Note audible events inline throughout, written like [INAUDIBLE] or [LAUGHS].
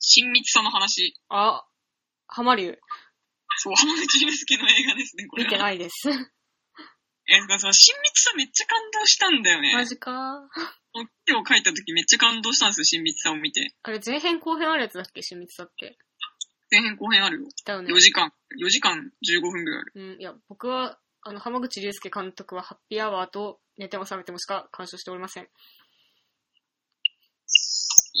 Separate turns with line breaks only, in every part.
親密さの話。
あ、浜龍、
そう、浜口祐介の映画ですね、これ
見
は。
てないです。
いや、だからその親密さめっちゃ感動したんだよね。
マジか。
今日書いた時めっちゃ感動したんですよ、親密さを見て。
あれ、前編後編あるやつだっけ親密だって。
前編後編あるよ。
だよね
4。時間、4時間15分ぐらいある。
うん、いや、僕は、あの、浜口竜介監督はハッピーアワーと寝ても覚めてもしか鑑賞しておりません。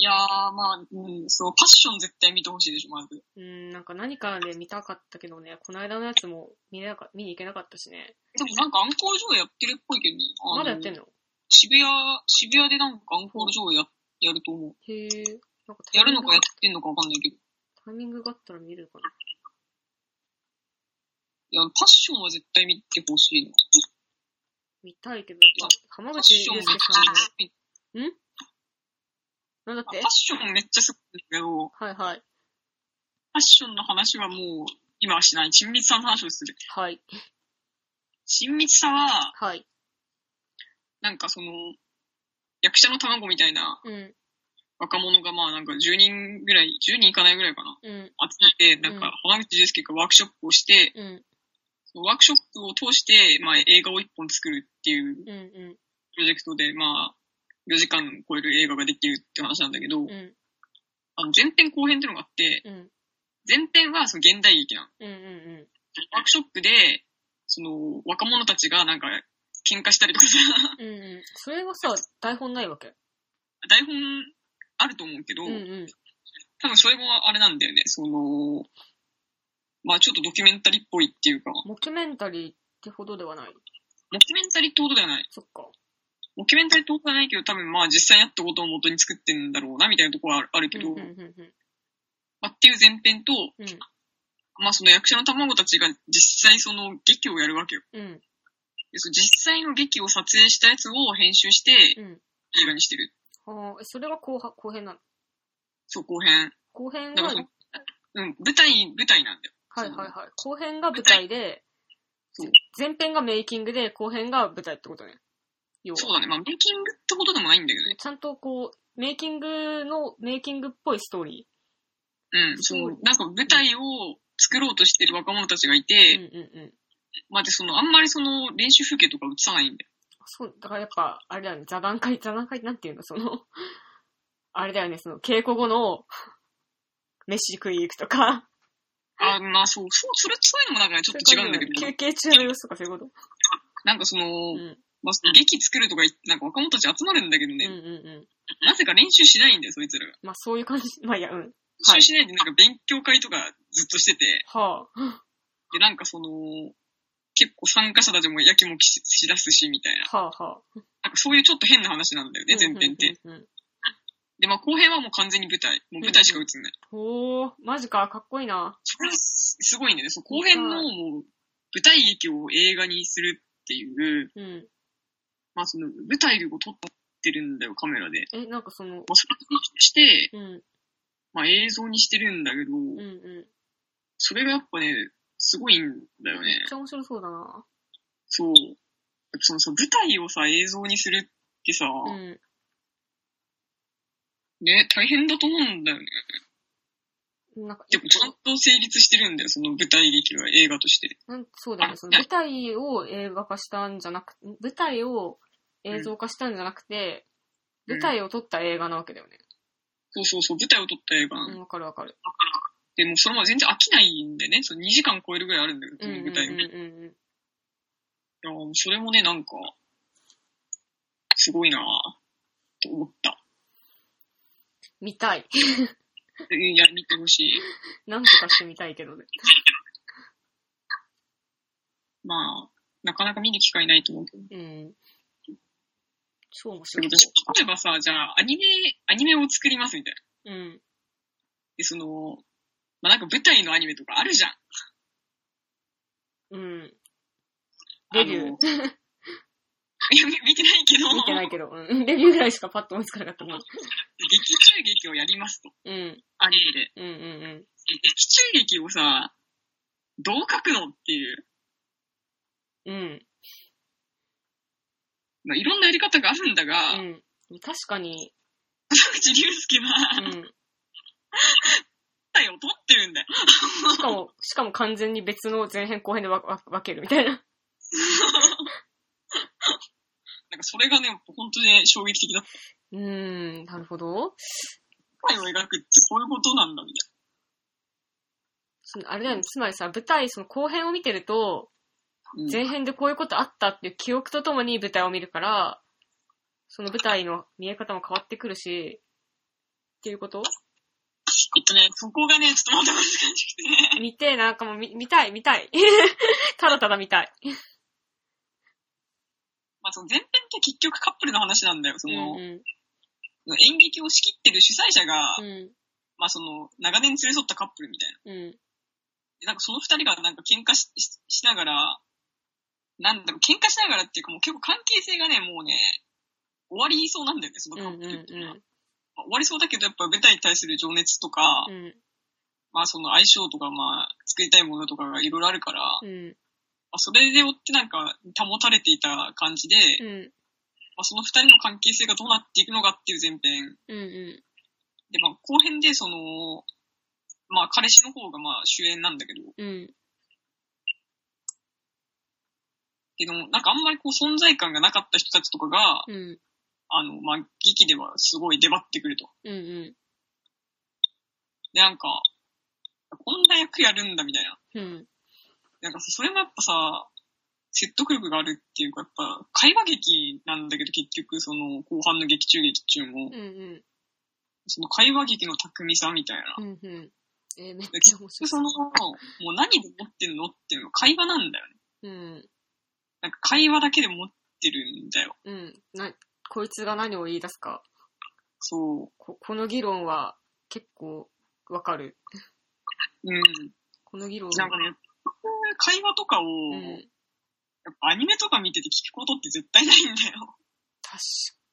いやー、まあ、うん、そう、パッション絶対見てほしいでしょ、まず。
うん、なんか何かで見たかったけどね、この間のやつも見れなか見に行けなかったしね。
でもなんかアンコール上映やってるっぽいけどね。あの
まだやってんの
渋谷、渋谷でなんかアンコール上映ややると思う。
へえ。なんかタ
や
イミ
る
ング
のかやってんのかわかんないけど。い
タイミングがあったら見れるかな。
や、パッションは絶対見てほしいな。
見たいけど、やっぱ、浜
パッ
口
ションめ
竜
っ
介
ち
さ
ゃ
ん
見て
の、なんだっ
パ
て
ッションめっちゃすごいんだけど、
はいはい。
パッションの話はもう、今はしない。親密さの話をする。
はい。
親密さは、
はい。
なんかその、役者の卵みたいな
うん。
若者がまあなんか10人ぐらい、10人いかないぐらいかな。
うん。
集めて、なん
うん
か、浜口祐介がワークショップをして、
うん。
そのワークショップを通して、まあ映画を一本作るっていう
うん。う
プロジェクトで、まあ、4時間超える映画ができるって話なんだけど、
ん。うん。
あの、前編後編っていうのがあって、
うん。
前編はその現代劇なの。
うん。うん。
ワークショップで、その、若者たちがなんか、喧嘩したりとかさ、
うん。うん。それはさ、台本ないわけ。
台本あると思うけど、
うん。うん。
多分それもあれなんだよね、その、まあちょっとドキュメンタリーっぽいっていうか、
モキュメンタリーってほどではない。
ドキュメンタリーってことではない。
そっか。
ドキュメンタリーってことはないけど、多分まあ実際にあったことを元に作ってんだろうな、みたいなところはあるある
う
け
ん。
ど、
うん。うん。うん
まあっていう前編と、
うん。
まあその役者の卵たちが実際その劇をやるわけよ。
うん。
でその実際の劇を撮影したやつを編集して
うん。
映画にしてる。
はあ、えそれは後半、後編なの
そう、後編。
後編
だ
は、
から
は
その、
い
うん、舞台、舞台なんだよ。
はいはい。後編が舞台で
そう、
前編がメイキングで、後編が舞台ってことね。要は
そうだね。まあメイキングってことでもないんだけどね。
ちゃんとこう、メイキングの、メイキングっぽいストーリ
うん、そ
そう
う。なんか舞台を作ろうとしてる若者たちがい
ー。う
て、
んうんうん。
まあでその、あんまりその練習風景とか映さないんだよ。
そう、だからやっぱ、あれだよね、座談会、座談会なんていうの、その、 [LAUGHS] あれだよね、その、稽古後の、 [LAUGHS] 飯食い行くとか、
あ、まあそう、そう、それ、そういうのもなんかね、ちょっと違うんだけど、
休憩中の様子とかそういうこと
なんかその、
うん。
まあその劇作るとか言って、なんか若者たち集まるんだけど
うんう
ね、
んう
なぜか練習しないんだよ、そいつらが。
ん。まあそういう感じ、 [LAUGHS] まあいや、うん。はい
練習しないでなんか勉強会とかずっとしてて、
はあ。
で、なんかその、結構参加者たちもやきもきししだすし、みたいな。
はあはあ。
なんかそういうちょっと変な話なんだよね、前編って。
うんうんうんうん。
で、まあ後編はもう完全に舞台。もう舞台しか映んない。
ほー、マジか、かっこいいな。
それはすすごいんだよね。そう後編のもう舞台劇を映画にするっていう、
うん。
まあその舞台を撮ってるんだよ、カメラで。
え、なんかその、
まあそれをして、
うん、
まあ映像にしてるんだけど、
うん、うん。
それがやっぱね、すごいんだよ
めっ
ね。
ちゃ面白そうだな。
そう。そのさ、舞台をさ、映像にするってさ、
うん。
ね、大変だと思うんだよね。
なんか、
でも、ちゃんと成立してるんだよ、その舞台劇は映画として。
なんそうだね。
あ
その
な
舞台を映画化したんじゃなく、舞台を映像化したんじゃなくて、
うん
舞台を撮った映画なわけだよね。
そうそうそう、舞台を撮った映画な
う
の
ん、わかるわかる。
でも、それも全然飽きないんでね、その2時間超えるぐらいあるんだけど、
う
そ
ん、
の
うん、うん
舞台も。い
うん。
やもうそれもね、なんか、すごいなぁ、と思った。
見たい。 [LAUGHS]
いや、見てほしい。
なんとかしてみたいけどね。
まあ、なかなか見る機会ないと思うけど。
うん。超面
で
白
も
い。
私、例えばさ、じゃあ、アニメ、アニメを作りますみたいな。
うん。
で、その、まあ、なんか舞台のアニメとかあるじゃん。
うん。レビュー
あの
[LAUGHS]
いや、み見てないけど、
見てないけど、うん。 [LAUGHS] レビューぐらいしかパッと思いつかなかったもん。
劇中劇をやりますと。
うん。
アニメで。
うん、うん、うん。
劇中劇をさ、どう書くのっていう。
うん。
まあ、いろんなやり方があるんだが、
うん。確かに、
田口竜介は、
うん。
んだよ。
しかも、しかも完全に別の前編後編でわわ分けるみたいな。
なんかそれがね、本当に衝撃的だった。
うーん、なるほど。
世界を描くってこういうことなんだ、みた
そのあれだよね、つまりさ、舞台、その後編を見てると、
いな。
前編でこういうことあったっていう記憶とともに舞台を見るから、その舞台の見え方も変わってくるし、っていうこと
えっとね、そこがね、ちょっとまた難しくて。
見て、なんかもう見見たい、見たい。ただただ見たい。
まあその前編って結局カップルの話なんだよ。そ
うん
の、
う
演劇を仕切ってる主催者が、
ん。う
まあその、長年連れ添ったカップルみたいな。
ん。うん。
でなんかその二人がなんか喧嘩しししながら、なんだろう、喧嘩しながらっていうかもう結構関係性がね、もうね、終わりそうなんだよね、その
うん。
カッ
う
プルっていうのは
ん。
まあ終わりそうだけど、やっぱ舞台に対する情熱とか、
うん。
まあその相性とか、まあ作りたいものとかがいろいろあるから、ま
うん。
あそれで追ってなんか保たれていた感じで、
うん。
まあその二人の関係性がどうなっていくのかっていう前編。
うん。
で、まあ後編でその、まあ彼氏の方がまあ主演なんだけど、
うん。
けど、なんかあんまりこう存在感がなかった人たちとかが、
うん。
あの、まあ、劇ではすごい出張ってくると。
うん。
で、なんか、こんな役やるんだみたいな。
うん。
なんかそれもやっぱさ、説得力があるっていうか、やっぱ、会話劇なんだけど結局、その、後半の劇中劇中も、
うんうん。
その会話劇の巧みさみたいな。
うんうん。えーめっ
で
ちゃ
結
面
局
白い。
その、もう何で持ってんのっていうのは会話なんだよね。
うん。
なんか会話だけで持ってるんだよ。
うん。な、こいつが何を言い出すか。
そ
こ、この議論は結構わかる。
う。うん。
この議論
なんかね、会話とかを、
うん。
やっぱアニメとか見てて聞くことって絶対ないんだよ。
確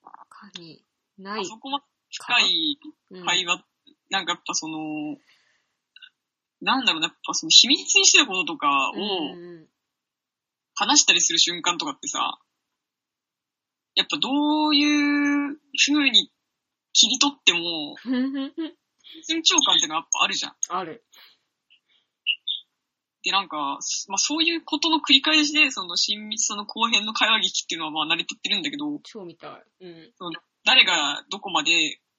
かに。ない
あ。そこまで深い
うん。
会話、なんかやっぱその、なんだろうな、やっぱその秘密にしてたこととか
うん
を
うん
話したりする瞬間とかってさ、やっぱどういう風に切り取っても、
ふんふんふん。 [LAUGHS]
緊張感ってのはやっぱあるじゃん。
ある。
で、なんか、まあそういうことの繰り返しで、その親密さの後編の会話劇っていうのはまあ慣れてってるんだけど、
超みたい。うん。
誰がどこまで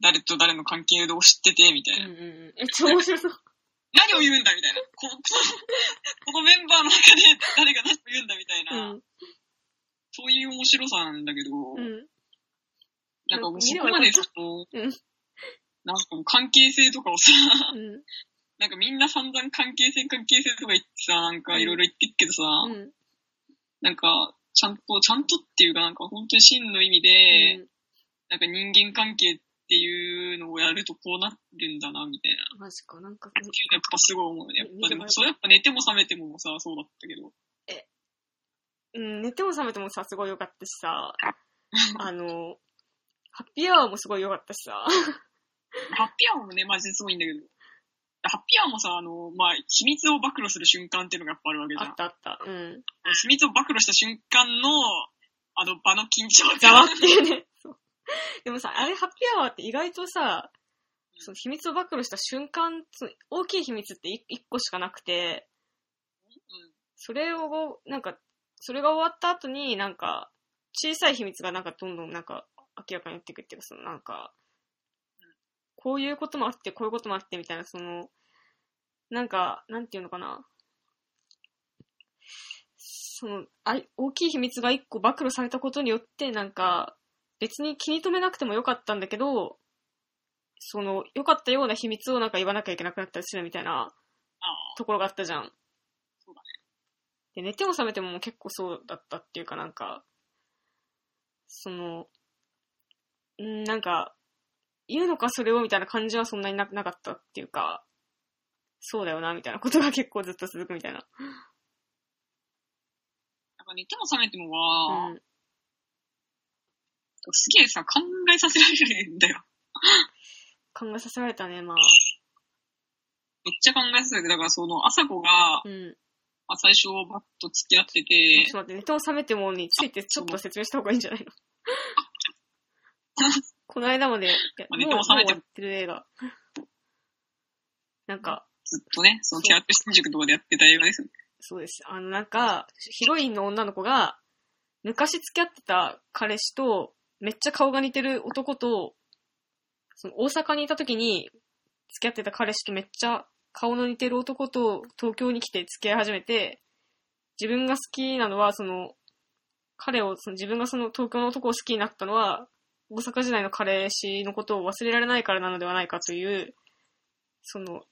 誰と誰の関係を知ってて、みたい
う
な。
んうんうん。え、超面
[LAUGHS]
白そう。
何を言うんだ [LAUGHS] みたいな。こここのメンバーの中で誰が何を言うんだみたいな、
うん。
そういう面白さなんだけど、
うん。
なんかもうそ
見れ
こ
ばよ
ま
か
で
った
その、
うん
なんかもう関係性とかをさ、 [LAUGHS]
うん。
なんかみんな散々関係性関係性とか言ってさ、なんかいろいろ言ってっけどさ、
うん。
なんか、ちゃんと、ちゃんとっていうかなんか本当に真の意味で、なんか人間関係っていうのをやるとこうなるんだな、みたいな。
マジか。なんか、
やっぱすごい思うね。やっぱでも、それやっぱ寝ても覚めてもさ、そうだったけど。
うん、寝ても覚めてもさ、すごい良かったしさ、あの、ハッピーアワーもすごい良かったしさ、
ハッピーアワーもね、マジですごいんだけど。ハッピーアワーもさ、あの、まあ、秘密を暴露する瞬間っていうのがやっぱあるわけじ
あ
ゃん
っ。たあった。うん。
秘密を暴露した瞬間の、あの場の緊張 [LAUGHS]
ざわっ
感。
ていうね。そうでもさ、あれハッピーアワーって意外とさ、その秘密を暴露した瞬間、その大きい秘密ってい一個しかなくて、それを、なんか、それが終わった後になんか、小さい秘密がなんかどんどんなんか明らかになっていくっていうか、そのなんか、こういうこともあって、こういうこともあってみたいな、その、なんか、なんていうのかな。その、あい大きい秘密が一個暴露されたことによって、なんか、別に気に留めなくてもよかったんだけど、その、良かったような秘密をなんか言わなきゃいけなくなったりするみたいな
ああ
ところがあったじゃん。
そうだ
で、寝ても覚めてももう結構そうだったっていうかなんか、その、んなんか、言うのかそれをみたいな感じはそんなにななかったっていうか、そうだよなみたいなことが結構ずっと続くみたいな。
なんか寝ても覚めてもは、
うん。
すげえさ、考えさせられるんだよ。
考えさせられたね、まあ。
めっちゃ考えさせられる。だからその、朝子が、
うん。
まあ、最初バッと付き合ってて、
ちょっと待って、ネタを冷めてもについてちょっと説明した方がいいんじゃないのこの間まで、いや
まあ
も
ネ
う
タを冷めても
もう終わってる映画。なんか、
ずっとね、そのテアク新宿とかでやってた映画ですよね。
そうです。あの、なんか、ヒロインの女の子が、昔付き合ってた彼氏と、めっちゃ顔が似てる男と、その大阪にいた時に、付き合ってた彼氏とめっちゃ顔の似てる男と東京に来て付き合い始めて、自分が好きなのは、その、彼を、その自分がその東京の男を好きになったのは、大阪時代の彼氏のことを忘れられないからなのではないかという、その、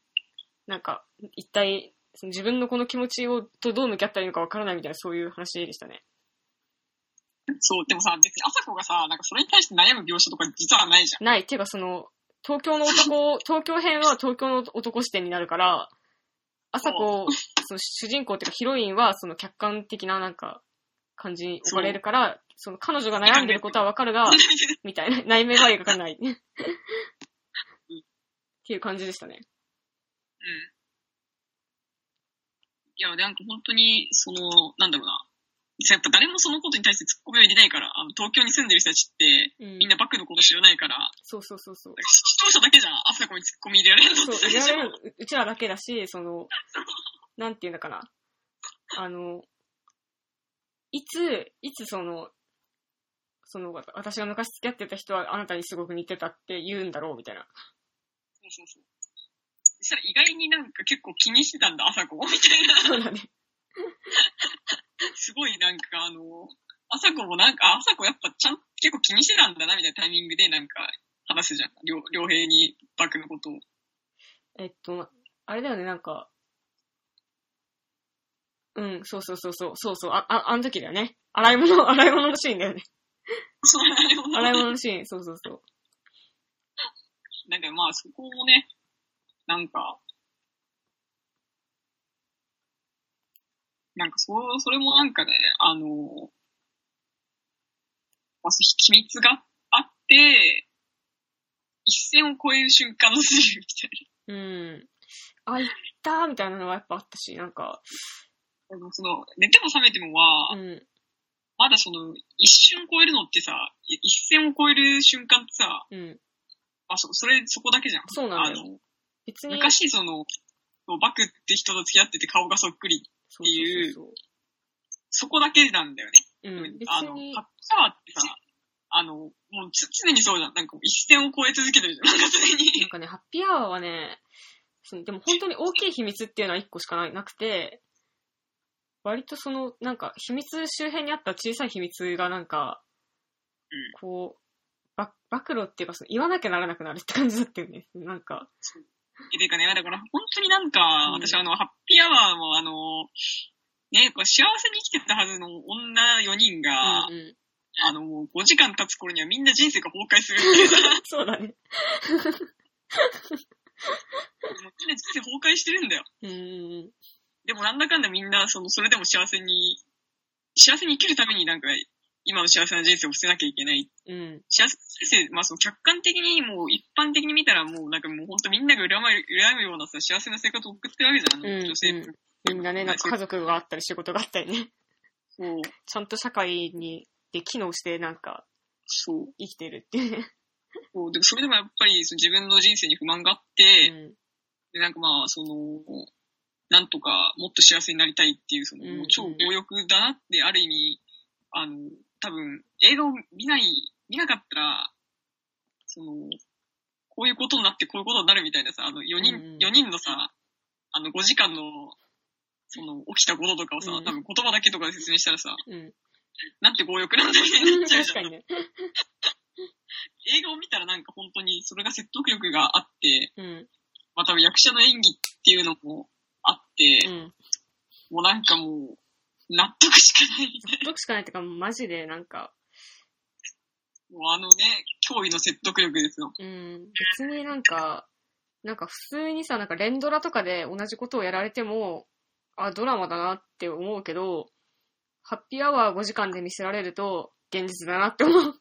なんか、一体、その自分のこの気持ちをとどう向き合ったらいいのかわからないみたいな、そういう話でしたね。
そう、でもさ、別に朝子がさ、なんかそれに対して悩む描写とか実はないじゃん。
ない。っていうか、その、東京の [LAUGHS] 男を、東京編は東京の男視点になるから、朝子、その主人公っていうかヒロインは、その客観的ななんか、感じに置かれるから、その彼女が悩んでることはわかるが、みたいな、内面は描 [LAUGHS] かない。っていう感じでしたね。
うんいや、なんか本当に、その、なんだろうな。やっぱ誰もそのことに対して突っ込みを入れないから、あの、東京に住んでる人たちって、
うん
みんなバックのこと知らないから、なんか
そうそうそうそう。
視聴者だけじゃん、朝子に突っ込み入れられるの
そう、
って。
いられるのううちらだけだし、その、なんていうんだかな。あの、いつ、いつその、その、わ私が昔付き合ってた人はあなたにすごく似てたって言うんだろうみたいな。 [LAUGHS]
そうそうそう。そしたら意外になんか結構気にしてたんだ、朝子みたいな。
そうだね。
すごいなんかあの、朝子もなんか、朝子やっぱちゃん、結構気にしてたんだな、みたいなタイミングでなんか話すじゃん。両、両平にバックのことを。
えっと、あれだよね、なんか、うん、そうそうそうそう、そうそう、あ、あ、あの時だよね。洗い物、 [LAUGHS] 洗い物のシーンだよね。
そう、あ
洗い
れ
物
も。
のシーン、そうそうそう。
なんかまあそこもね、なんか、なんかそう、それもなんかね、あの、まあ、そう秘密があって、一線を越える瞬間のスリルみたいな。
うん。あ、行ったーみたいなのはやっぱあったし、なんか、
あのその、寝ても覚めてもは、
うん。
まだその、一瞬超えるのってさ、い一線を超える瞬間ってさ、
うん。
まあ、そ、それ、そこだけじゃん。
そうなんだよ
あの
別に。
昔その、バクって人と付き合ってて顔がそっくり、
そうそうそう
そこだけなんだよね。
そう。うん。別
あの、カッ
に、
シャワーってさ、あの、もうつ常にそうじゃん。なんかもう一線を超え続けてるじゃん。なん [LAUGHS] か常
なん
に。
かね、ハッピーアワーはね、そのでも本当に大きい秘密っていうのは一個しかないなくて、割とその、なんか、秘密周辺にあった小さい秘密がなんか、
う
こう、ば、暴露っていうか、その言わなきゃならなくなるって感じだったよね。なんか、
てかね、だから本当になんか、
うん
私あの、ハッピーアワーもあの、ね、こう幸せに生きてたはずの女4人が、
うん [LAUGHS] うん。
あの、もう5時間経つ頃にはみんな人生が崩壊するっていうさ。
そうだね。
もうみんな人生崩壊してるんだよ。
うんうん
でもなんだかんだみんな、その、それでも幸せに、幸せに生きるためになんか、今の幸せな人生を捨てなきゃいけない。
うん。うん。
幸せな人生、まあその客観的にもう一般的に見たらもうなんかもう本当みんなが羨む、羨むようなさ、幸せな生活を送ってるわけじゃん、あ
うんう
の
ん
女性って。
みんなね、なんか家族があったり仕事があったりね、 [LAUGHS]
そう、
ちゃんと社会に、で機能してなんか
そう、
生きてるっていうね。
そう。でもそれでもやっぱりその自分の人生に不満があっ
う
て、
ん。
で、なんかまあ、その、なんとかもっと幸せになりたいっていう、その、
うん
もう超強欲だなって、ある意味、あの、多分、映画を見ない、見なかったら、その、こういうことになってこういうことになるみたいなさ、あの、4人、
うんうん
4人のさ、あの、5時間の、その、起きたこととかをさ、
うん
多分言葉だけとかで説明したらさ、
[LAUGHS] うん。
なんて強欲なんだみたいになっちゃうじ
確
ゃ
か
ん
に。ね。
映画を見たらなんか本当にそれが説得力があって、
うん。
また役者の演技っていうのもあって、
うん。
もうなんかもう、納得しかないみたい
どっしかないっていうか、マジでなんか、
な。もうあのね、驚異の説得力ですよ。
うん、別になんか、なんか普通にさ、なんか連ドラとかで同じことをやられても、あ、ドラマだなって思うけど、ハッピーアワー5時間で見せられると、現実だなって思う。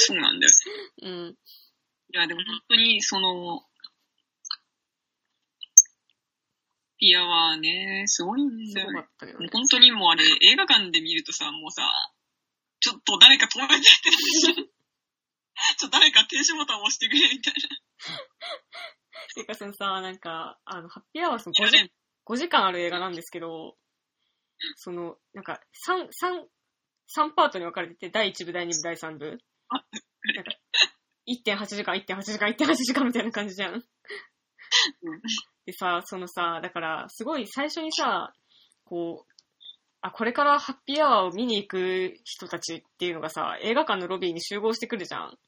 そうなんだよ。
うん。
いや、でも本当に、その、ピアはね、すごいん
す
だよ
ごか
ね。
ったけど
もう
ね。
本当にもうあれ、映画館で見るとさ、もうさ、ちょっと誰か止めてってなるじゃんちょっと誰か停止ボタンを押してくれみたいな。
ていうかそのさ、なんか、あの、ハッピーアワーその
いら
5
ねえ
時 ,5 時間ある映画なんですけど、その、なんか、3、三三パートに分かれてて、第1部、第2部、第3部。
あ
なんか、1.8時間、1.8時間、1.8時間みたいな感じじゃん。でさ、そのさ、だから、すごい最初にさ、こう、あ、これからハッピーアワーを見に行く人たちっていうのがさ、映画館のロビーに集合してくるじゃん。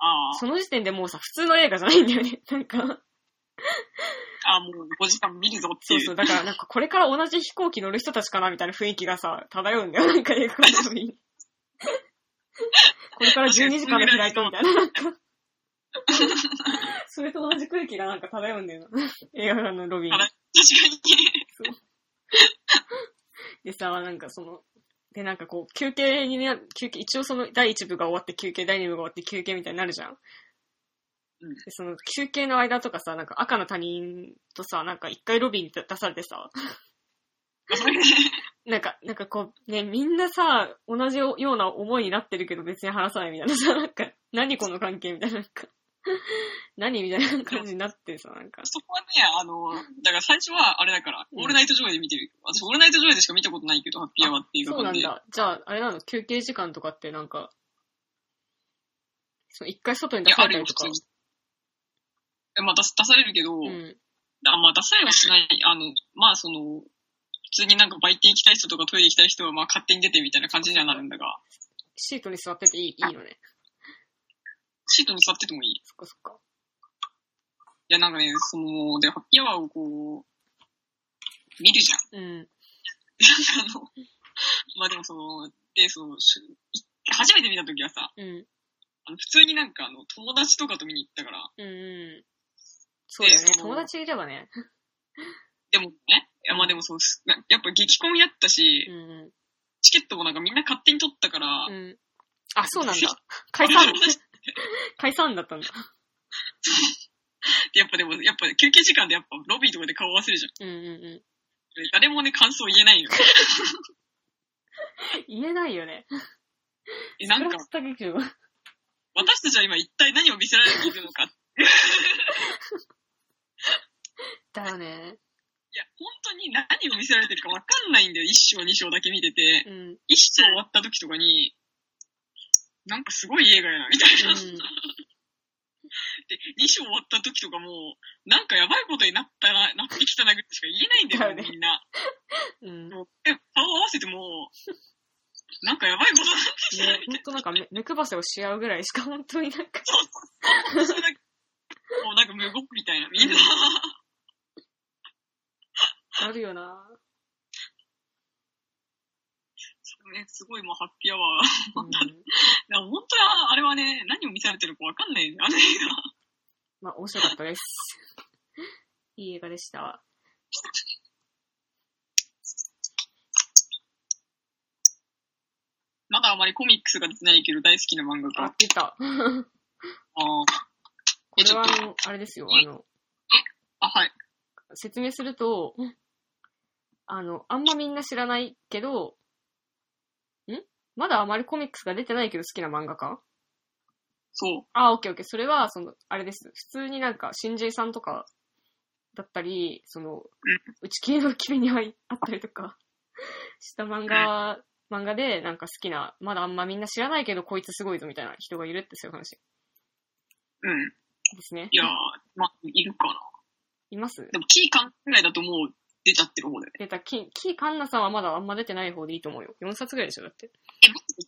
あ
その時点でもうさ、普通の映画じゃないんだよね。なんか、
あ、あーもう5時間見るぞって
そ
いうう。
そう、だからなんかこれから同じ飛行機乗る人たちかなみたいな雰囲気がさ、
[LAUGHS]
漂うんだよ。なんか映画館のロビーに。これから12時間のフライトみたいな。なんか、それと同じ空気がなんか漂うんだよな。映画館のロビーに。
確かに。
でさ、なんかその、で、なんかこう、休憩にね、休憩、一応その第1部が終わって休憩、第2部が終わって休憩みたいになるじゃん。
うん
で、その休憩の間とかさ、なんか赤の他人とさ、なんか一回ロビーに出され
[LAUGHS]
てさ、なんか、なんかこう、ね、みんなさ、同じような思いになってるけど別に話さないみたいなさ、なんか、何この関係みたいな、なんか、何みたいな感じになってさ、なんか、
そこはね、あの、だから最初はあれだから、
うん
オールナイトジョイで見てる。私、オールナイトジョイでしか見たことないけど、ハッピーアワーっていう
そうな
感
ん
で。
だ。じゃあ、あれなの、休憩時間とかってなんか、そう一回外に
い
出
や、
さ
あ
れ
る
た
よ、普通
りと
に。。
か
えまあ、出す出されるけど、
うん。
あまあ、出されはしない。あの、まあ、その、普通になんかバイト行きたい人とかトイレ行きたい人は、まあ、勝手に出てみたいな感じにはなるんだが、
シートに座ってていいいいのね。
シートに座っててもいい。い
そっかそっか。
や、なんかね、その、で、ハッピーアワーをこう、見るじゃん。 [LAUGHS]
うん。
あの、まあでもその、で、その、し初めて見た時はさ、
うん。
あの普通になんかあの、友達とかと見に行ったから、
うんうん。そうだよね
で。その
友達いればね。
でもね、いやまあでもそうす、なやっぱ激コンやったし
う、ん
チケットもなんかみんな勝手に取ったから、
うん。うん。あ、そうなんだ。解散。 [LAUGHS] 解散だったんだ。
でやっぱでも、やっぱ休憩時間でやっぱロビーとかで顔合わせるじゃん。
うんうんう
で誰もね、感想言えないの。
ん。言えないよね。
え、なん
ク
か
ラ、スタ劇場。
私たちは今一体何を見せられているのか。い
だよね。
や、本当に何を見せられてるかわかんないんだよ。一章、二章だけ見てて。
うん。うん。
一章終わった時とかに、なんかすごい映画やな、みたいな。 [LAUGHS] で、二章終わった時とかもう、なんかやばいことになったな、なってきたなぐらいしか言えないんだよ、
だよね
みんな。
うん。ね、
もうえ顔合わせても、なんかやばいことだ
ほんとなんか目目くばせをし合うぐらいしか本当になんか。
なそれだけもうなんか無言みたいな、みんな。
あるよな。
そうね、すごいもうハッピーアワー。
うん。
だから本当は、あれはね、何を見せられてるかわかんないんだよ、あの映画。
まあ、面白かったです。いい映画でした。
[LAUGHS] まだあまりコミックスが出てないけど大好きな漫画
あ
家。、
出
あ
た。
ー
これはあの、あれですよ。あの、
あ、はい。
説明すると、あの、あんまみんな知らないけど、んまだあまりコミックスが出てないけど好きな漫画家
そう。
あ、オッケーオッケー。それは、その、あれです。普通になんか、新人さんとか、だったり、その、打ち切りの機微にあいあったりとか、 [LAUGHS] した漫画、漫画で、なんか好きな、まだあんまみんな知らないけど、こいつすごいぞみたいな人がいるってそういう話で
うん。
すね
い。やー、まあ、いるかな。
います
でも、キー感ぐらいだともう出ちゃってる方だよね。
出た、キキーカンナさんはまだあんま出てない方でいいと思うよ。4冊ぐらいでしょ、だって。
え、待っ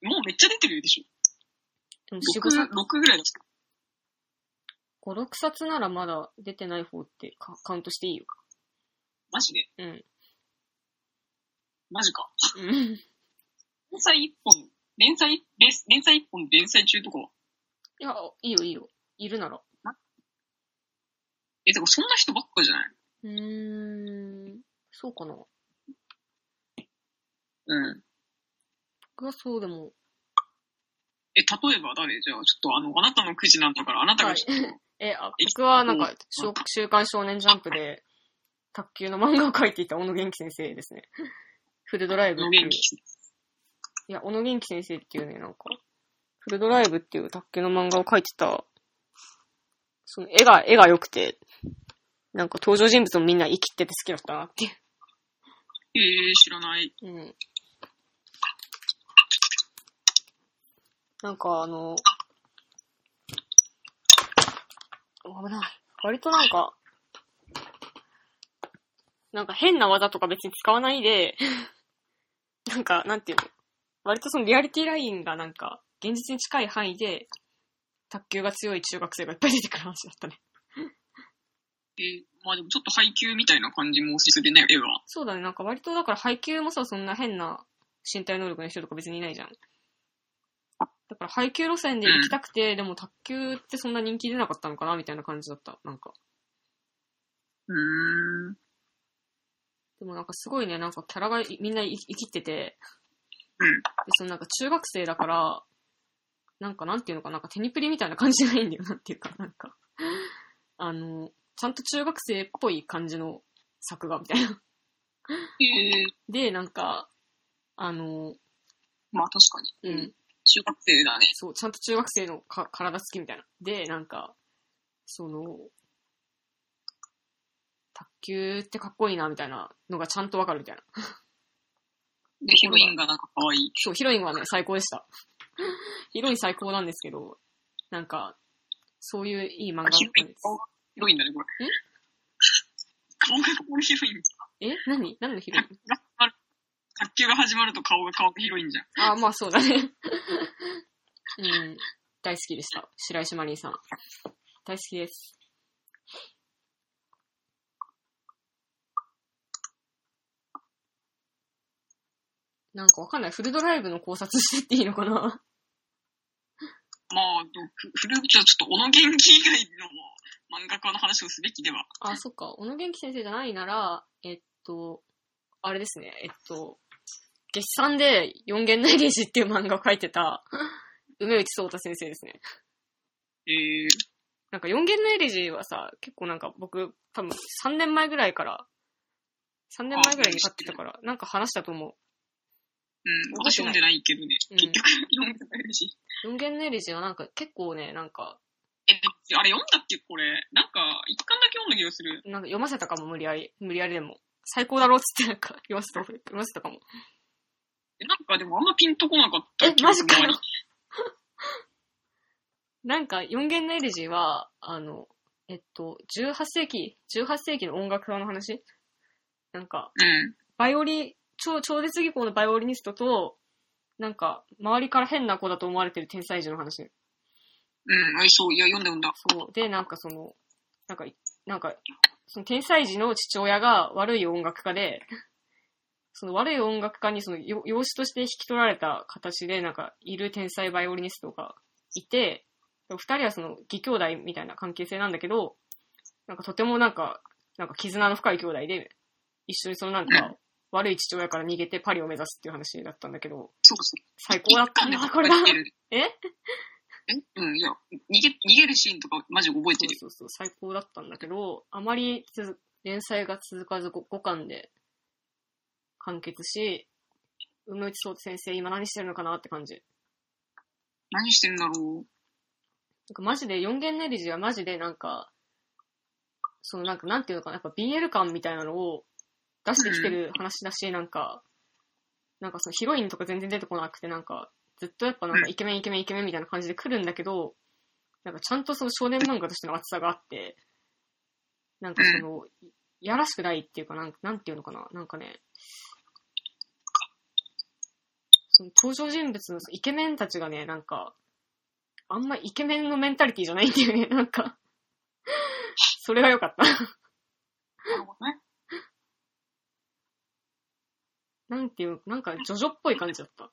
てもうめっちゃ出てるでしょ。
でも4、
6、
5冊
六ぐらいだし
5、6冊ならまだ出てない方ってカカウントしていいよ。
マジで。
うん。
マジか。
[LAUGHS] うん
連載一本、連載、連連載一本連載中とかは。
いや、いいよいいよ。いるなら。
え、だからそんな人ばっかじゃないう
ーん。そうかな。
うん。
僕はそうでも。
え、例えば誰じゃあ、ちょっとあの、あなたのくじなんだから、あなたがちょっと、
え、あ
え
僕はなんか、しょ週刊少年ジャンプで、卓球の漫画を描いていた小野元気先生ですね。フルドライブ
無
っていう。
限
い
期。
や、小野元気先生っていうね、なんか、フルドライブっていう卓球の漫画を描いてた、その絵が、絵が良くて、なんか登場人物もみんな生きてて好きだったなっていう。
えー、知らない。
うん。なんかあの、危ない。割となんか、なんか変な技とか別に使わないで、 [LAUGHS] なんか、なんていうの割とそのリアリティラインがなんか、現実に近い範囲で、卓球が強い中学生がいっぱい出てくる話だったね。
えー、まあでもちょっと配給みたいな感じもしすぎね、絵は。
そうだね、なんか割とだから配給もさ、そんな変な身体能力の人とか別にいないじゃん。だから配給路線で行きたくて、でも卓球ってそんな人気出なかったのかなみたいな感じだった。なんか。
うーん。
でもなんかすごいね、なんかキャラがいみんな生きてて、
うん
で、そのなんか中学生だから、なんかなんていうのかな、なんかテニプリみたいな感じじゃないんだよ、なんていうか、なんか。あの、ちゃんと中学生っぽい感じの作画みたいな。
えー、
で、なんか、あの、
まあ確かに。
うん。
中学生だね。
そう、ちゃんと中学生のか体好きみたいな。で、なんか、その、卓球ってかっこいいなみたいなのがちゃんとわかるみたいな。
で、ヒロインがなんか可愛い。
そう、ヒロインはね、最高でした。 [LAUGHS] ヒロイン最高なんですけど、なんか、そういういい漫
あ、
画だった
ヒロイン
んで、す。
顔がヒロインだね、これ。
え
顔が可愛いヒロイン。
え何何のヒロイン
卓球が始まると顔が可愛いヒロインじゃん。
あ、まあそうだね。 [LAUGHS] うん、大好きでした。白石マリーさん。大好きです。なんかわかんない。フルドライブの考察してっていいのかな
まあ、でもふ古着はちょっと、小野元気以外の漫画家の話をすべきでは。
あ、そっか。小野元気先生じゃないなら、えっと、あれですね。えっと、月産で四弦内霊児っていう漫画を書いてた、梅内聡太先生ですね。
えー、
なんか四弦のエレジーはさ、結構なんか僕、多分3年前ぐらいから、3年前ぐらいに買ってたから、なんか話したと思う。
うん、
覚え
私
て
読
な
んでな
い
いけどね。
うん
結局、読んでないし。
四弦のエレジーはなんか結構ね、なんか、
え、あれ読んだっけこれ。なんか、一巻だけ読んだ気がする。
なんか読ませたかも、無理やり。無理やりでも。最高だろっつってなんか読ませた、読ませたかも。
え、なんかでもあんまピンとこなかった。
え、マジか
記憶
よ
もあり。
なんか、四弦のエレジーは、あの、えっと、18世紀、18世紀の音楽家の話なんか、
うん。
バイオリ、超、超絶技巧のバイオリニストと、なんか、周りから変な子だと思われてる天才児の話。
うん、あそう、いや、読んだ読んだ。
そう。で、なんかその、なんか、なんか、その天才児の父親が悪い音楽家で、 [LAUGHS] その悪い音楽家にそのよ養子として引き取られた形で、なんか、いる天才バイオリニストがいて、でも二人はその義兄弟みたいな関係性なんだけど、なんかとてもなんか、なんか絆の深い兄弟で、一緒にそのなんか、悪い父親から逃げてパリを目指すっていう話だったんだけど、
そうそう。
最高だった
一巻で
な、
も
これ
覚
が。
えてる。
[LAUGHS] え
えうん、いや、逃げ、逃げるシーンとかマジ覚えてる。
そうそうそう、最高だったんだけど、あまりつ連載が続かず 5, 巻で完結し、梅内聡太先生今何してるのかなって感じ。
何してんだろう。
なんかマジで、四弦ネリジはマジでなんか、そのなんかなんていうのかな、やっぱ BL 感みたいなのを出してきてる話だし、なんか、なんかそのヒロインとか全然出てこなくて、なんか、ずっとやっぱなんか
うん
イケメンイケメンイケメンみたいな感じで来るんだけど、なんかちゃんとその少年漫画としての厚さがあって、なんかその、やらしくないっていうか、なんなんていうのかな、なんかね、その登場人物のイケメンたちがね、なんか、あんまイケメンのメンタリティじゃないんだよね、なんか。それが良かった。
なるほどね。
なんていう、なんか、ジョジョっぽい感じだった。
あ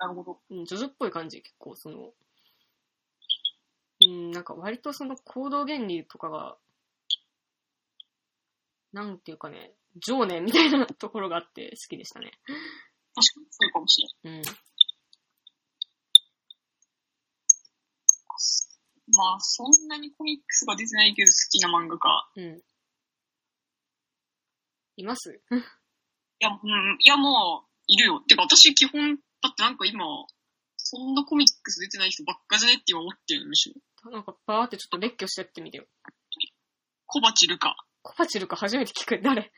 あ、なるほど。
うん、ジョジョっぽい感じ、結構、その、うん、なんか割とその行動原理とかが、なんていうかね、情念みたいなところがあって好きでしたね。
確かにそうかもしれない。
うん。
まあ、そんなにコミックスが出てないけど好きな漫画家。
うん。います [LAUGHS]
いや、うん、いや、もう、いるよ。てか、私、基本、だってなんか今、そんなコミックス出てない人ばっかじゃねって今思ってるんでしょ。
なんかバーってちょっと列挙してってみてよ。
小鉢ルカ。
小鉢ルカ初めて聞く。誰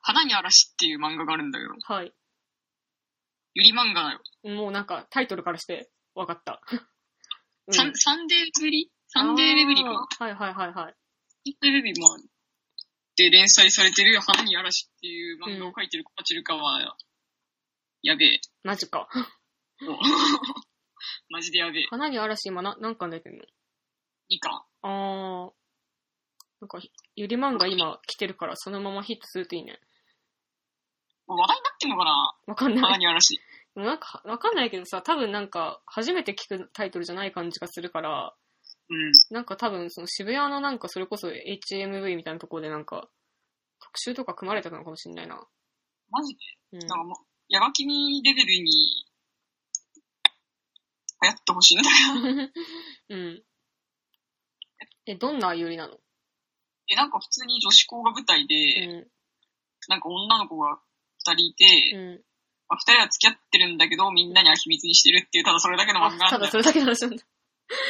花に嵐っていう漫画があるんだけど、
はい。
ゆり漫画だよ。
もうなんかタイトルからして分かった。う
サンサンデーぶりサンデーレブリか。
あーはいはいはい
サ
はい。
ンデーレブリもあるで連載されてる花に嵐っていう漫画を描いてる小鉢ルカは、やべえ。
マジか。
もうマジでやべえ。
花に嵐今な、なんか出てんの
いいか。
あー。なんか、ゆり漫画今来てるから、そのままヒットするといいね。
もう話題になってんのかな
わかんない
花。に嵐。
でもなんか、わかんないけどさ、多分なんか、初めて聞くタイトルじゃない感じがするから、
うん。
なんか多分その渋谷のなんかそれこそ HMV みたいなところでなんか、特集とか組まれてたのかもしんないな。
マジで
う
な
ん。
んかもう、ヤガキミレベルに、流行ってほしいんだよ。
[LAUGHS] うん。え、どんなゆりなの
え、なんか普通に女子校が舞台
う
で、
ん。
なんか女の子が二人いて、
うん。
まあ二人は付き合ってるんだけど、みんなには秘密にしてるっていう、ただそれだけの
あ
漫画、な
た
んだ
だ
よ。
それだけの話なんだ。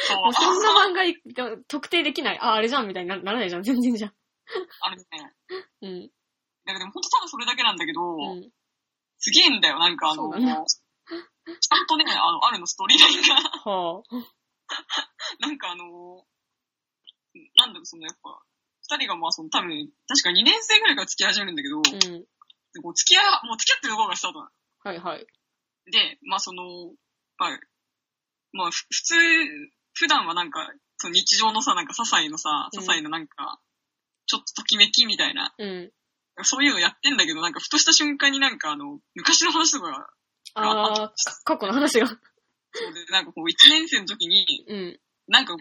そう
もうそんな漫画い特定できない。あ、あれじゃんみたいになならないじゃん。全然じゃん。
あるね。
うん。
だけど、ほんとただそれだけなんだけど、
うん。
すげえんだよ、なんかあ
そ
の、
う
ち
だ
ゃ
ね
んとね、あの、あるのストーリーラインが、 [LAUGHS]
はあ。
なんかあの、なんだろう、そのやっぱ、二人がまあその多分、確か2年生ぐらいから付き合い始めるんだけど、
うん。
こう付き合い、もう付き合ってる方がスタートなの。
はいはい。
で、まあその、まあ、まあふ普通、普段はなんか、その日常のさ、なんか些細のさ、
うん
些細のなんか、ちょっとときめきみたいな、
うん。
そういうのやってんだけど、なんかふとした瞬間になんかあの、昔の話とかが、
あー、か過去の話が。
そうで、なんかこう、一年生の時に、
うん。
なんか、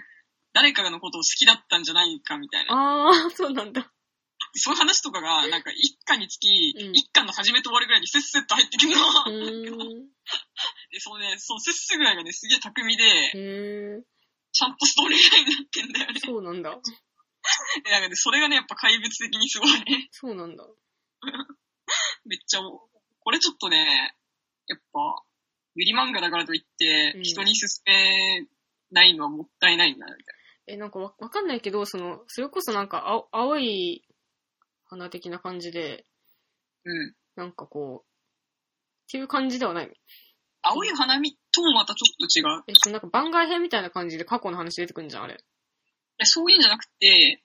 誰かのことを好きだったんじゃないかみたいな。
[LAUGHS] あー、そうなんだ。
そういう話とかが、なんか、一巻につき、
うん
一巻の始めと終わりぐらいにせっせと入ってくるの。
[LAUGHS] うーん。
[LAUGHS] で、そのね、そのせっせぐらいがね、すげえ巧みで、
へー。
ちゃんとストーリーラインになってんだよね。
そうなんだ。
で、 [LAUGHS] なんかね、それがね、やっぱ怪物的にすごいね。 [LAUGHS]
そうなんだ。
めっちゃもう、これちょっとね、やっぱ、ゆり漫画だからといって
う、ん
人に勧めないのはもったいないな、みたい
え、なんかわわかんないけど、その、それこそなんか青青い花的な感じで、
な。うん。
なんかこう、っていう感じではないの
青い花見ともまたちょっと違う。
え、そのなんか番外編みたいな感じで過去の話出てくるんじゃん、あれ。
いやそういうんじゃなくて、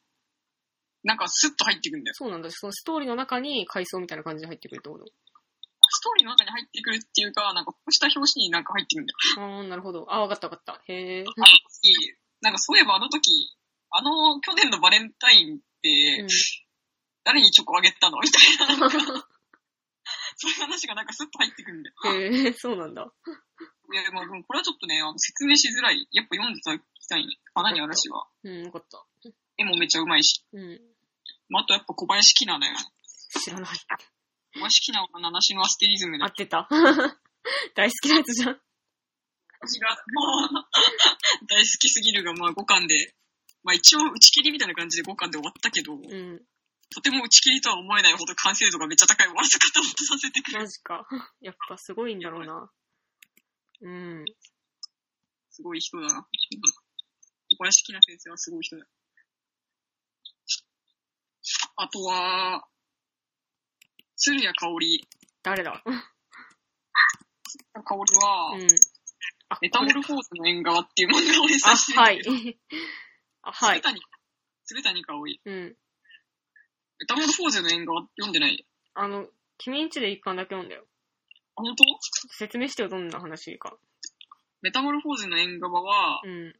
なんかスッと入ってくんだよ。
そうなんだ。そのストーリーの中に回想みたいな感じで入ってくるってこと
ストーリーの中に入ってくるっていうか、なんかこうした表紙になんか入ってくんだよ。
あー、なるほど。あー、わかったわかった。へー。
あの時、なんかそういえばあの時、あの去年のバレンタインって、
うん
誰にチョコあげたのみたい
[LAUGHS]
な、そういう話がなんかスッと入ってくるんだよ。
へー、そうなんだ。
いや、まあでもこれはちょっとね、あの説明しづらい。やっぱ読んでいただきたいね。花に嵐は。
うん、よかった。
絵もめっちゃうまいし。
うん。
まあ、あとやっぱ小林キナだよね。
知らない。
小林キナは七種のアステリズムだ。
合ってた。 [LAUGHS] 大好きなやつじゃん。
私が、もう、 [LAUGHS] 大好きすぎるが、まあ5巻で、まあ一応打ち切りみたいな感じで5巻で終わったけど、
うん。
とても打ち切りとは思えないほど完成度がめっちゃ高い終わらせ方をさせてく
マ
る。
ジか。やっぱすごいんだろうな。うん。
すごい人だな。小林きな先生はすごい人だ。あとは、鶴谷香織。
誰だ
香織は、
うん。あ、
メタモルフォーズの縁側っていう漫画を連
あ
載し、てるん
は
だ
い
けど。。
[LAUGHS] あ、は
鶴。
い
谷、鶴谷香織。
うん。
メタモルフォーズの縁側読んでない。
あの、君んちで一巻だけ読んだよ。
あ、本当
説明してよ、どんな話か。
メタモルフォーズの縁側は、
うん。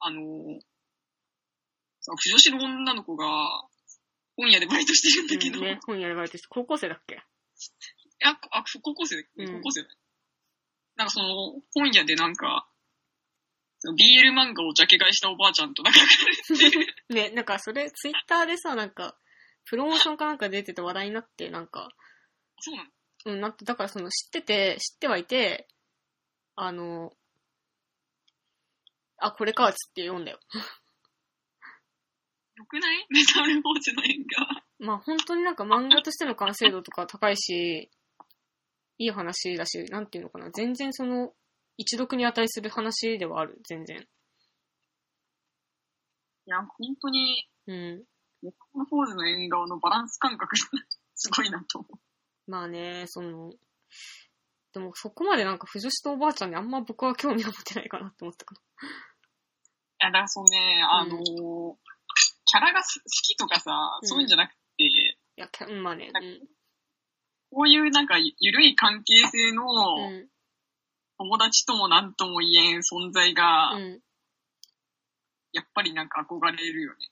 あのー、さ、不女子の女の子が、本屋でバイトしてるんだけ
う
ど、
ん、ね、本やればれてる高校生だっけ
えあ、あ、高校生だっけ
うん
高校生だね、なんかその、本屋でなんか、その BL 漫画をジャケ買いしたおばあちゃんと仲良くなるっていう。
ね、なんかそれ、ツイッターでさ、なんか、プロモーションかなんか出てて話題になって、なんか、
[LAUGHS] そうなの
うん、なんて、だからその、知ってて、知ってはいて、あの、あ、これか、つって読んだよ。
よくないメタルボーズの縁が。
まあ本当になんか漫画としての完成度とか高いし、いい話だし、なんていうのかな、全然その、一読に値する話ではある、全然。
いや、本当に、
うん。
ネタのフォーズの縁側のバランス感覚がすごいな [LAUGHS] と思う。
まあね、その、でもそこまでなんか、不女子とおばあちゃんにあんま僕は興味を持てないかなって思ったか
いや、だからそうね、あのー
うん
キャラがす好きとかさ、
うん
そういうんじゃなくて、
ら。いや、きゃうんまあね、
こういうなんかゆゆるい関係性の
うん。うん。
友達ともなんとも言えん存在が、
うん。
やっぱりなんか憧れるよね。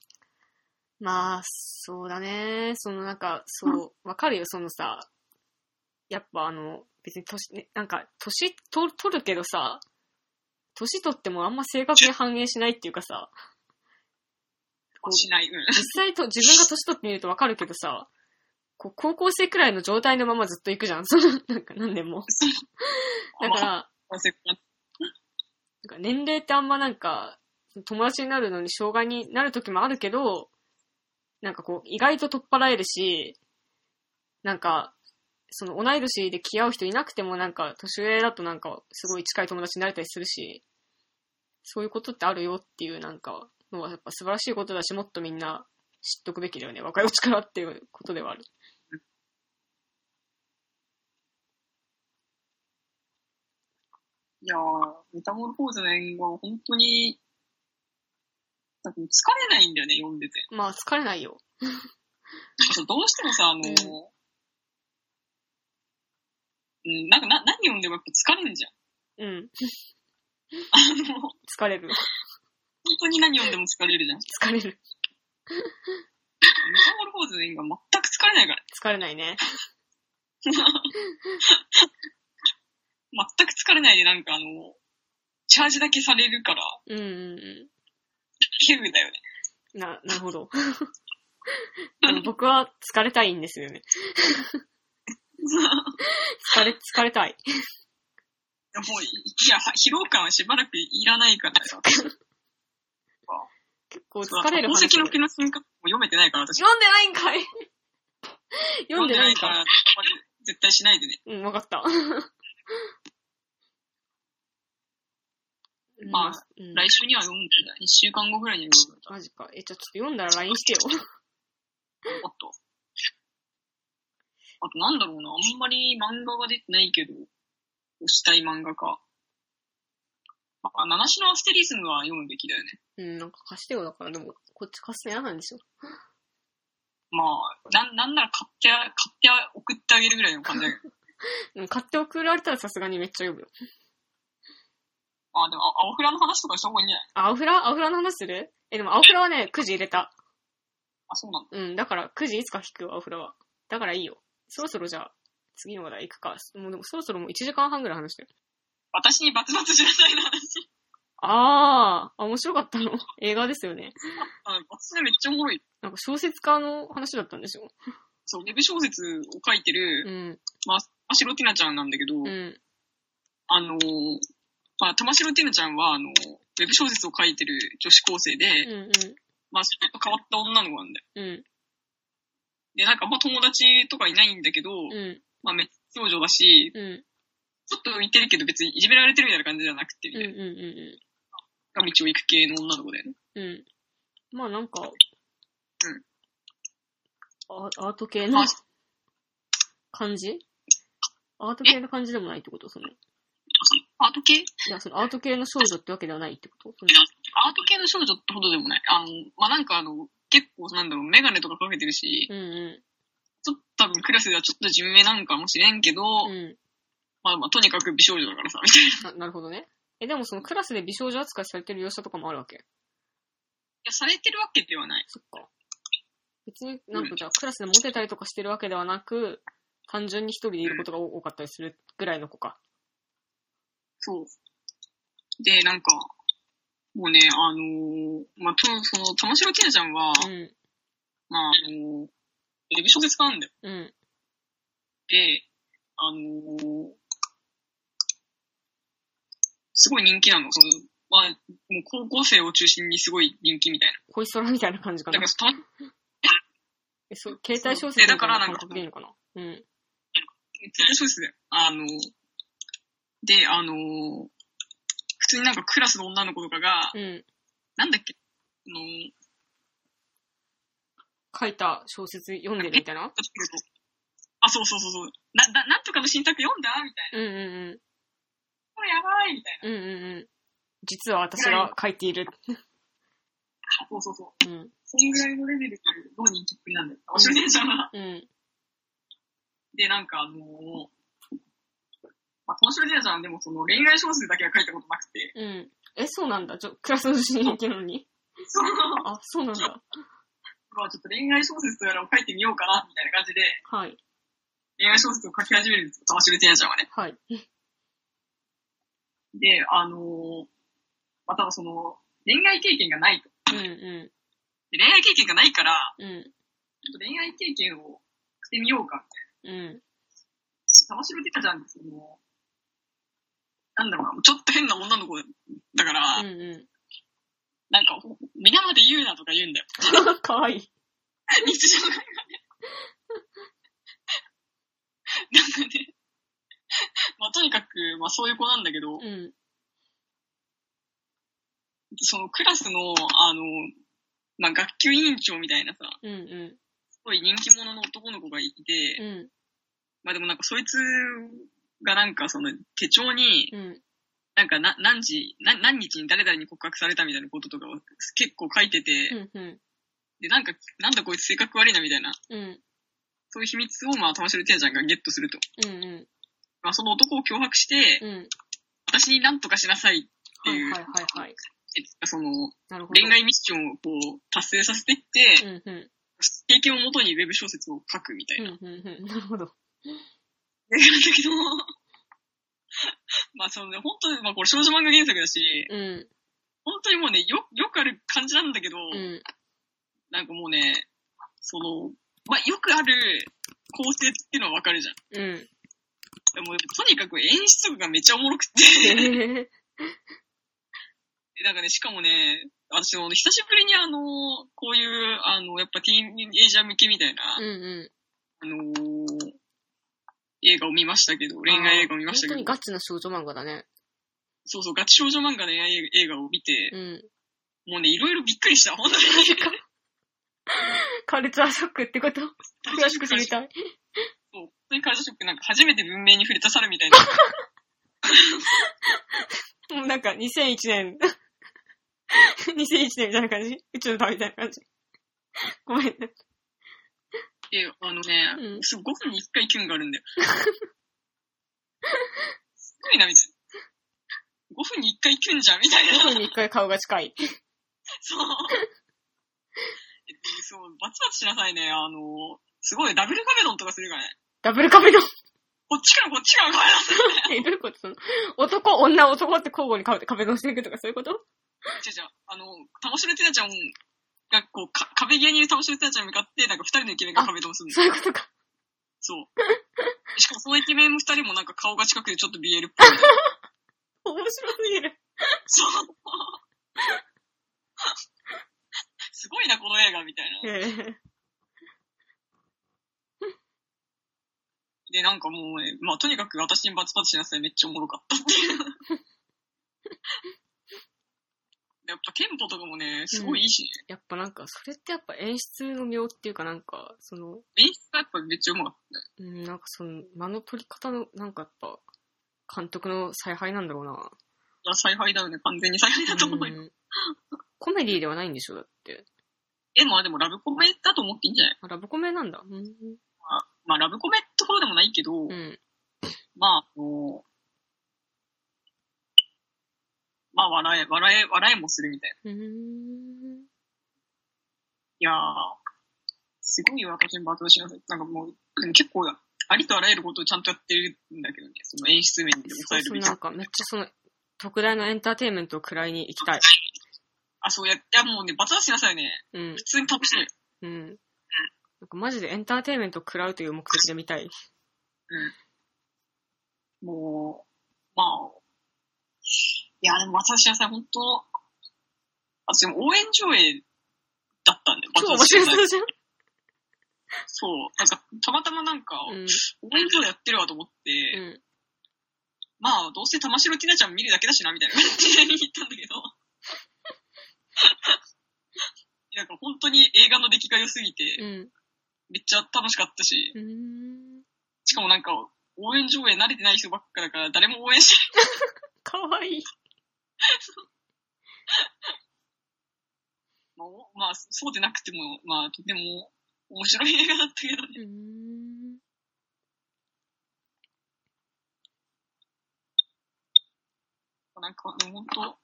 まあ、そうだね。そのなんか、そう、わかるよ、そのさ、やっぱあの、別に年、ね、なんか、年取取るけどさ、年取ってもあんま正確に反映しないっていうかさ、こう
しない。うん。
実際と、自分が年取ってみるとわかるけどさ、こう、高校生くらいの状態のままずっと行くじゃん。その、なんか何年も。だから、
忘れた
なんか年齢ってあんまなんか、友達になるのに障害になる時もあるけど、なんかこう、意外と取っ払えるし、なんか、その同い年で気合う人いなくてもなんか、年上だとなんか、すごい近い友達になれたりするし、そういうことってあるよっていうなんか、のはやっぱ素晴らしいことだし、もっとみんな知っとくべきだよね。若いうちからっていうことではある。
いやー、メタモルフォーズの縁側、本当に、なんかもう疲れないんだよね、読んでて。
まあ、疲れないよ。
あとどうしてもさ、あのー、うん、なんかな、何読んでもやっぱ疲れるじゃん。 [LAUGHS]
うん。
あの、
疲れる。
本当に何読んでも疲れるじゃん。メ
疲れる。
タモルフォーズの縁側全く疲れないから。
疲れないね。
全く疲れないで、なんかあの、チャージだけされるから、
うんうんうん。
ヘブだよね。 [LAUGHS]
な、 [LAUGHS] なるほど。あの僕は疲れたいんですよね。疲れ、疲れたい。
もう、いや、疲労感はしばらくいらないからよ。
結構疲れる
宝
話。
石
読
の
んで
木の瞬間も読めてないから、私。
ない
[LAUGHS]
んかい読んでない
読んでな
んか
いから、これ絶対しないでね。
い。うん、わ
[LAUGHS]
かった。
まあ、
うん、
来週には読んでない。一週間後ぐらいには読んで
マジか。え、じゃあちょっと読んだら LINE してよ。
た。
[LAUGHS]
あと。あと、なんだろうな。あんまり漫画が出てないけど、推したい漫画か。あ、七種のアステリズムは読むべきだよね。
うん、なんか貸してよ。だから、でも、こっち貸すの嫌なんでしょ。
まあ、なん、なんなら買って、買って送ってあげるぐらいの感じだけ
[LAUGHS]
ど。
うん買って送られたらさすがにめっちゃ読むよ。
あ、でも、あ青フラの話とかした方がいいんじゃない
あ、アフラアフラの話するえ、でもアフラはね、くじ入れた。
あ、そうなんだ。
うん、だから9時いつか引くよ、アフラは。だからいいよ。そろそろじゃあ、次の話題行くか。もうでもそろそろもう1時間半ぐらい話してる。
私にバツバツ知らないの話。
あー、あ、面白かったの。 [LAUGHS] 映画ですよね。
あ、バツでめっちゃおもろい。
なんか小説家の話だったんでしょ。
そう、ウェブ小説を書いてる、
うん、
まあ、玉城ティナちゃんなんだけど、
うん、
あのー、まあ、玉城ティナちゃんは、あのー、ウェブ小説を書いてる女子高生で、
うん、うん、
まあ、ちょっと変わった女の子なんだよ。
うん、
で、なんか、まあ、友達とかいないんだけど、
うん、
まあ、めっちゃ少女だし、
うん、
ちょっと浮いてるけど別にいじめられてるみたいな感じじゃなくて、み
う
た
ん、う
いな。
ん、
が道を行く系の女の子だよね。
うん、うん。まあなんか、うん。アート系の
まあ
感じアート系の感じでもないってことその、い
アート系
や、そのアート系の少女ってわけではないってことその
アート系の少女ってほどでもない。あの、まあ、なんかあの、結構なんだろう、メガネとかかけてるし、
うん、う
ちょっと多分クラスではちょっと人名なんかもしれんけど、
ん、うん。
まあまあ、とにかく美少女だからさ、みたいな。い
ななるほどね。え、でもそのクラスで美少女扱いされてる描写とかもあるわけ
や、されてるわけではない。
そっか。別になん
う
か
ん
じゃあクラスでモテたりとかしてるわけではなく、単純に一人でいることが多多かったりするぐらいの子か。
そう。で、なんか、もうね、あのーまあ、と、その、玉城ティナちゃんは、
うん。
まあ、あのー、エビ小説家なんだよ。
うん。
で、あのーすごい人気なの。その、まあ、もう高校生を中心にすごい人気みたい
恋空みたいな感じか
な。だ
な
から。、た
え、そう、携帯小説みたいな感覚でいいのかなうん。
そうですね。あのーで、あのー普通になんかクラスの女の子とかが、
うん。
なんだっけ、あのー
書いた小説読んでるみたいな
あ、そうそうそうそう。な、な、なんとかの新作読んだみたいな。
うんうん
これやばいみたいな。
うん。うんうんうん。実は私が書いている。
そうそうそう。
うん。
それぐらいのレベルでの人気っぷりなんだよ。面白いじゃん。
うん。
で、なんかあのー、まあ、今週でじゃん、でもその恋愛小説だけは書いたことなくて、
うん。え、そうなんだ。ちょクラスの女子に人気なのに。
その、
あ、そうなんだ。
まあちょっと恋愛小説とやらを書いてみようかな、みたいな感じで、
はい。
恋愛小説を書き始めるんですよ、玉城テンちゃんはね。
はい。
で、あのー、まあ、ただその、恋愛経験がないと。
うんう
で恋愛経験がないから、
ん。う
ちょっと恋愛経験をしてみようか、みたいな。
ん。うん。
玉城テンちゃんってその、なんだろうな、ちょっと変な女の子だから、
うんう
なんか、皆まで言うなとか言うんだよ。 [LAUGHS]
ん。かわいい。
日常会話で。なんかね、まあとにかく、まあそういう子なんだけど
う、ん。
そのクラスの、あの、まあ学級委員長みたいなさ、
うんう
すごい人気者の男の子がい
ん。
て、
う
まあでもなんかそいつがなんかその手帳に
ん。、うん。
なんかな何時、な何日に誰々に告白されたみたいなこととかを結構書いてて、
うんうん。
でなんか、なんだこいつ性格悪いなみたいな、
うん。
そういう秘密をまあ玉城テンちゃんがゲットすると。
うんうん。
まあ、その男を脅迫して、
うん。
私に何とかしなさいって
はい
いう、
はいはいはい。
その、
なるほど。
恋愛ミッションをこう、達成させていって、
うんうん。
経験をもとにウェブ小説を書くみたいうな。
んうんうん。なるほど。
だけど、 [LAUGHS] まあその、本当に、まあこれ少女漫画原作だし、
うん。
本当にもうね、よ、よくある感じなんだけど、
うん。
なんかもうね、その、まあよくある構成っていうのはわかるじゃん。
う
で
ん。
もとにかく演出がめっちゃおもろく
え [LAUGHS]
て、
ー、
でなんかね、しかもね、私、あの久しぶりにあの、こういう、あの、やっぱティーンエイジャー向けみたいな、
うんう
あのー映画を見ましたけど、
ん。
恋愛映画を見ました
本当
け
に
ど、
ガチな少女漫画だね。
そうそう、ガチ少女漫画の恋愛映画を見て、
うん。
もうね、いろいろびっくりした、本当に。
カルチャーショックってこと [LAUGHS] 詳しく知りたい。
そう、本当にカルチャーショック、なんか初めて文明に触れた猿みたいな、
もうなんか2001年、2001年みたいな感じ宇宙の旅みたいな感じ。ごめんね。
で、あのね、
うん
す5分に1回キュンがあるんだよ。すごいな、みたいな。5分に1回キュンじゃん、みたいな。
5分に1回顔が近い。
そう。えそう、バチバチしなさいね。あの、すごいダブルカメドンとかするからね。
ダブルカメ [LAUGHS] の。
こっちからこっちからカメドンするね。
え、どういうことその男、女、男って交互に壁壁ドンしていくとかそういうこと
違う違う。あの、玉城ティナちゃんが、こう、か壁際にいる玉城ティナちゃんに向かって、なんか二人のイケメンが壁ドンするの。
そういうことか。
そう。しかもそのイケメンの二人もなんか顔が近くでちょっと BL っぽい。
面白すぎる。
そう。 [LAUGHS] すごいな、この映画、みたいな。
え
で、なんかもうね、まあ、とにかく私にバチバチしなさい、めっちゃおもろかったっていう。
[LAUGHS]
やっぱテンポとかもね、すごいいいしね。
やっぱなんか、それってやっぱ演出の妙っていうかなんか、その、
演出がやっぱめっちゃうまかったね。
うん、なんかその、間の取り方の、なんかやっぱ、監督の采配なんだろうな。
いや、采配だよね。完全に采配だと思うよ。
うんコメディではないんでしょだって。
え、まあでもラブコメだと思っていいんじゃない
あラブコメなんだ。うん。
まあラブコメってところでもないけど、
うん。
まあ、あの、まあ笑え、笑え、笑えもするみたいな。
うん。
いやー、すごい私にバトルしなさい。なんかもう、でも結構、ありとあらゆることをちゃんとやってるんだけどね、その演出面で
そ
抑
う
える
そう、
べき
なんかめっちゃその、特大のエンターテインメントを食らいに行きたい。
あ、そうや、いやもうね、バトルしなさいね。
うん
普。通に楽しめる。
うん。なんかマジでエンターテインメントを食らうという目的で見たい。
もう、まあ、いや、でもバトルしなさい、本当私でも応援上映だったんだよ、
超面白
い。
そうじゃん。
そう、なんか、たまたまなんか、
うん。
応援上映やってるわと思って、
うん。
まあ、どうせ玉城ティナちゃん見 [LAUGHS] るだけだしな、みたいな感じで見に行ったんだけど。なんか本当に映画の出来が良すぎて、
うん。
めっちゃ楽しかったし、
うーん。
しかもなんか、応援上映慣れてない人ばっかだから、誰も応援し
かわいい。
まあ、お [LAUGHS] まあ、そうでなくても、まあ、とても面白い映画だったけどね。
うーん。
なんか、でも本当、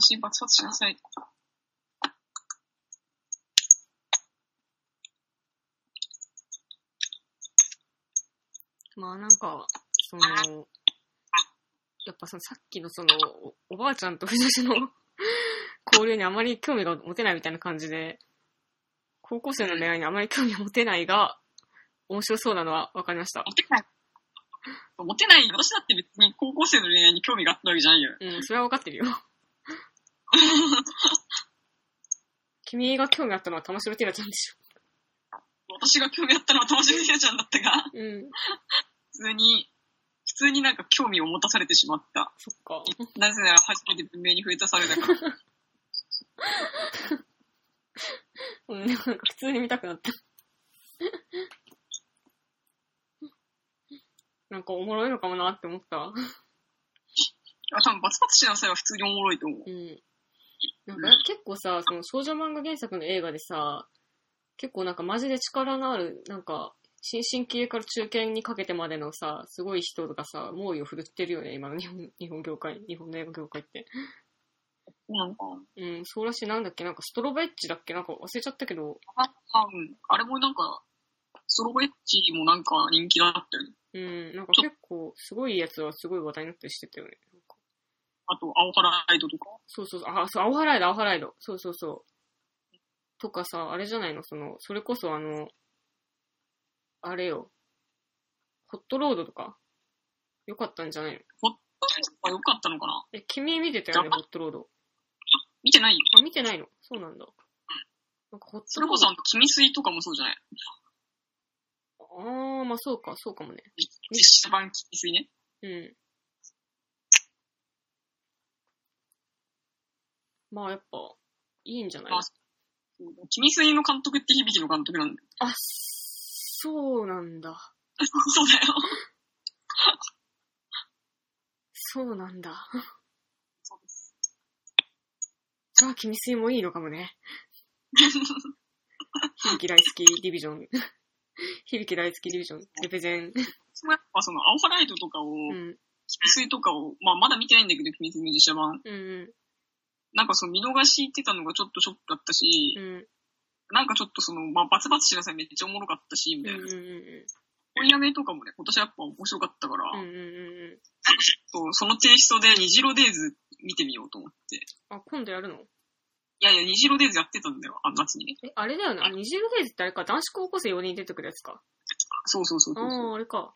私に爆発しなさい。
まあなんか、その、やっぱそのさっきのその、おおばあちゃんと藤吉の [LAUGHS] 交流にあまり興味が持てないみたいな感じで、高校生の恋愛にあまり興味が持てないが、面白そうなのは分かりました。
モテない。モテない。私だって別に高校生の恋愛に興味があったわけじゃないよ。
うん、それは分かって [LAUGHS] るよ。君が興味あったのは玉城ティラちゃんでしょ。
私が興味あったのは友達みやちゃんだったが、
うん、
普通に、普通になんか興味を持たされてしまった。
そっか。
なぜなら初めて文明に触れたされ [LAUGHS] たから。
うん、なんか普通に見たくなった。なんかおもろいのかもなって思った。
あ、多分バツバツしなさいは普通におもろいと思う。
うん。なんか結構さ、その少女漫画原作の映画でさ、結構なんかマジで力のある、なんか、新進気鋭から中堅にかけてまでのさ、すごい人がさ、猛威を振るってるよね、今の日本、日本業界、日本の映画業界って。
そうなのかな
うん、そうらしい、なんだっけ、なんかストロベッチだっけ、なんか忘れちゃったけど、
あ、あうん。あれもなんか、ソロエッチもなんか人気だったよね。
うん、なんか結構、すごいやつはすごい話題になったりしてたよね。なんか
あと、青原ライドとか。
そうそうそう、あ、そう、アオハライド、アオハライド。そうそうそう。とかさ、あれじゃないのその、それこそあの、あれよ。ホットロードとかよかったんじゃないの
あ、よかったのかな
え、君見てたよね、ホットロード。
見てないよ。
あ、見てないのそうなんだ。なんかホッ
そ
ト
れ
ロー
こ
ド。
そ、あの、君水とかもそうじゃない
あー、まあそうか、そうかもね。
実写版君水ね。
うん。まあやっぱ、いいんじゃない
まあ君水の監督って響の監督なんだよ。
あ、そうなんだ。
[LAUGHS] そうだよ。
そうなんだ。
そうです。 [LAUGHS]
じゃあ、君水もいいのかもね。響き大好きディビジョン。 [LAUGHS] 響き大好きディビジョン。レペゼン。
そもやっぱその、アオハライドとかを、
う
君
ん。
水とかを、まあまだ見てないんだけど、君水の実写版。
うん。
なんかその、見逃してたのがちょっとショックだったし、
うん。
なんかちょっとその、まあバツバツしなさいめっちゃおもろかったし、み
うん。うん。
たいな。
うん。
本屋名とかもね、今年やっぱ面白かったから、
うん。うん。
そうそのテイストで虹色デイズ見てみようと思って。
あ、今度やるの
いやいや、虹色デイズやってたんだよ、あの夏にね。
え、あれだよね。あ、二十デイズってあれか。男子高校生4人出てくるやつか。
そうそうそう
あ
そうそう。
あ、あれか。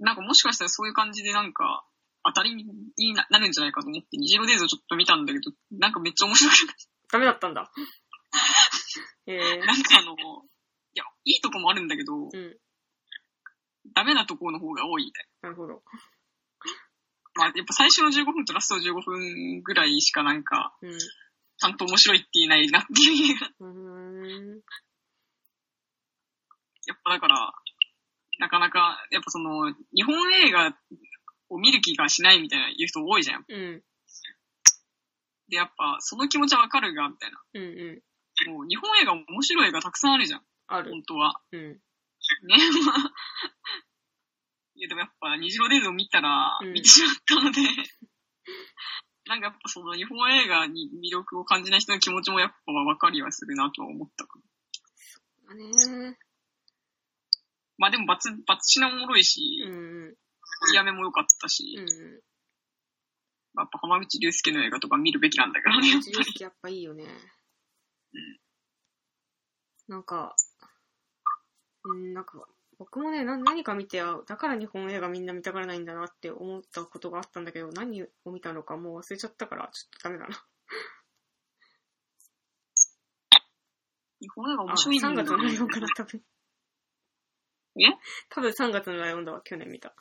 なんかもしかしたらそういう感じでなんか、当たりになるんじゃないかと思って、虹色デイズをちょっと見たんだけど、なんかめっちゃ面白
[LAUGHS]
くて、
ダメだったんだ。えー、
なんかあの、いや、いいとこもあるんだけど、
うん。
ダメなとこの方が多いみたい
なるほど。
な。まあ、やっぱ最初の15分とラストの15分ぐらいしかなんか、
うん。
ちゃんと面白いって言えないなっていう。 [LAUGHS]
うーん。
やっぱだから、なかなか、やっぱその、日本映画を見る気がしないみたいな言う人多いじゃん。
うん。
で、やっぱ、その気持ちはわかるが、みたいな。
うん。うん。
もう、日本映画面白い映画たくさんあるじゃん。
ある。
本当は。
うん。
ね、 [LAUGHS] まあ。いや、でもやっぱ、虹色デイズを見たら
う、ん
見てしまったので、なんかやっぱその、日本映画に魅力を感じない人の気持ちもやっぱわかりはするなとは思ったかな。
あねー。
まあでも、バツ、バツシナもおもろいし、
うん。
取りやめも良かったし、
うん。うん。
やっぱ浜口竜介の映画とか見るべきなんだからね、やっ
自
ぱ
由
り。
席やっぱいいよね。なんか、うん、なんか、僕もね、な何か見て、あだから日本映画みんな見たがらないんだなって思ったことがあったんだけど、何を見たのかもう忘れちゃったから、ちょっとダメだな。
[LAUGHS] 日本映画
あ、
面白いんだ
3月のライオン
か [LAUGHS]
か
な
な、多分。
え
多分3月のライオンだわ、去年見た。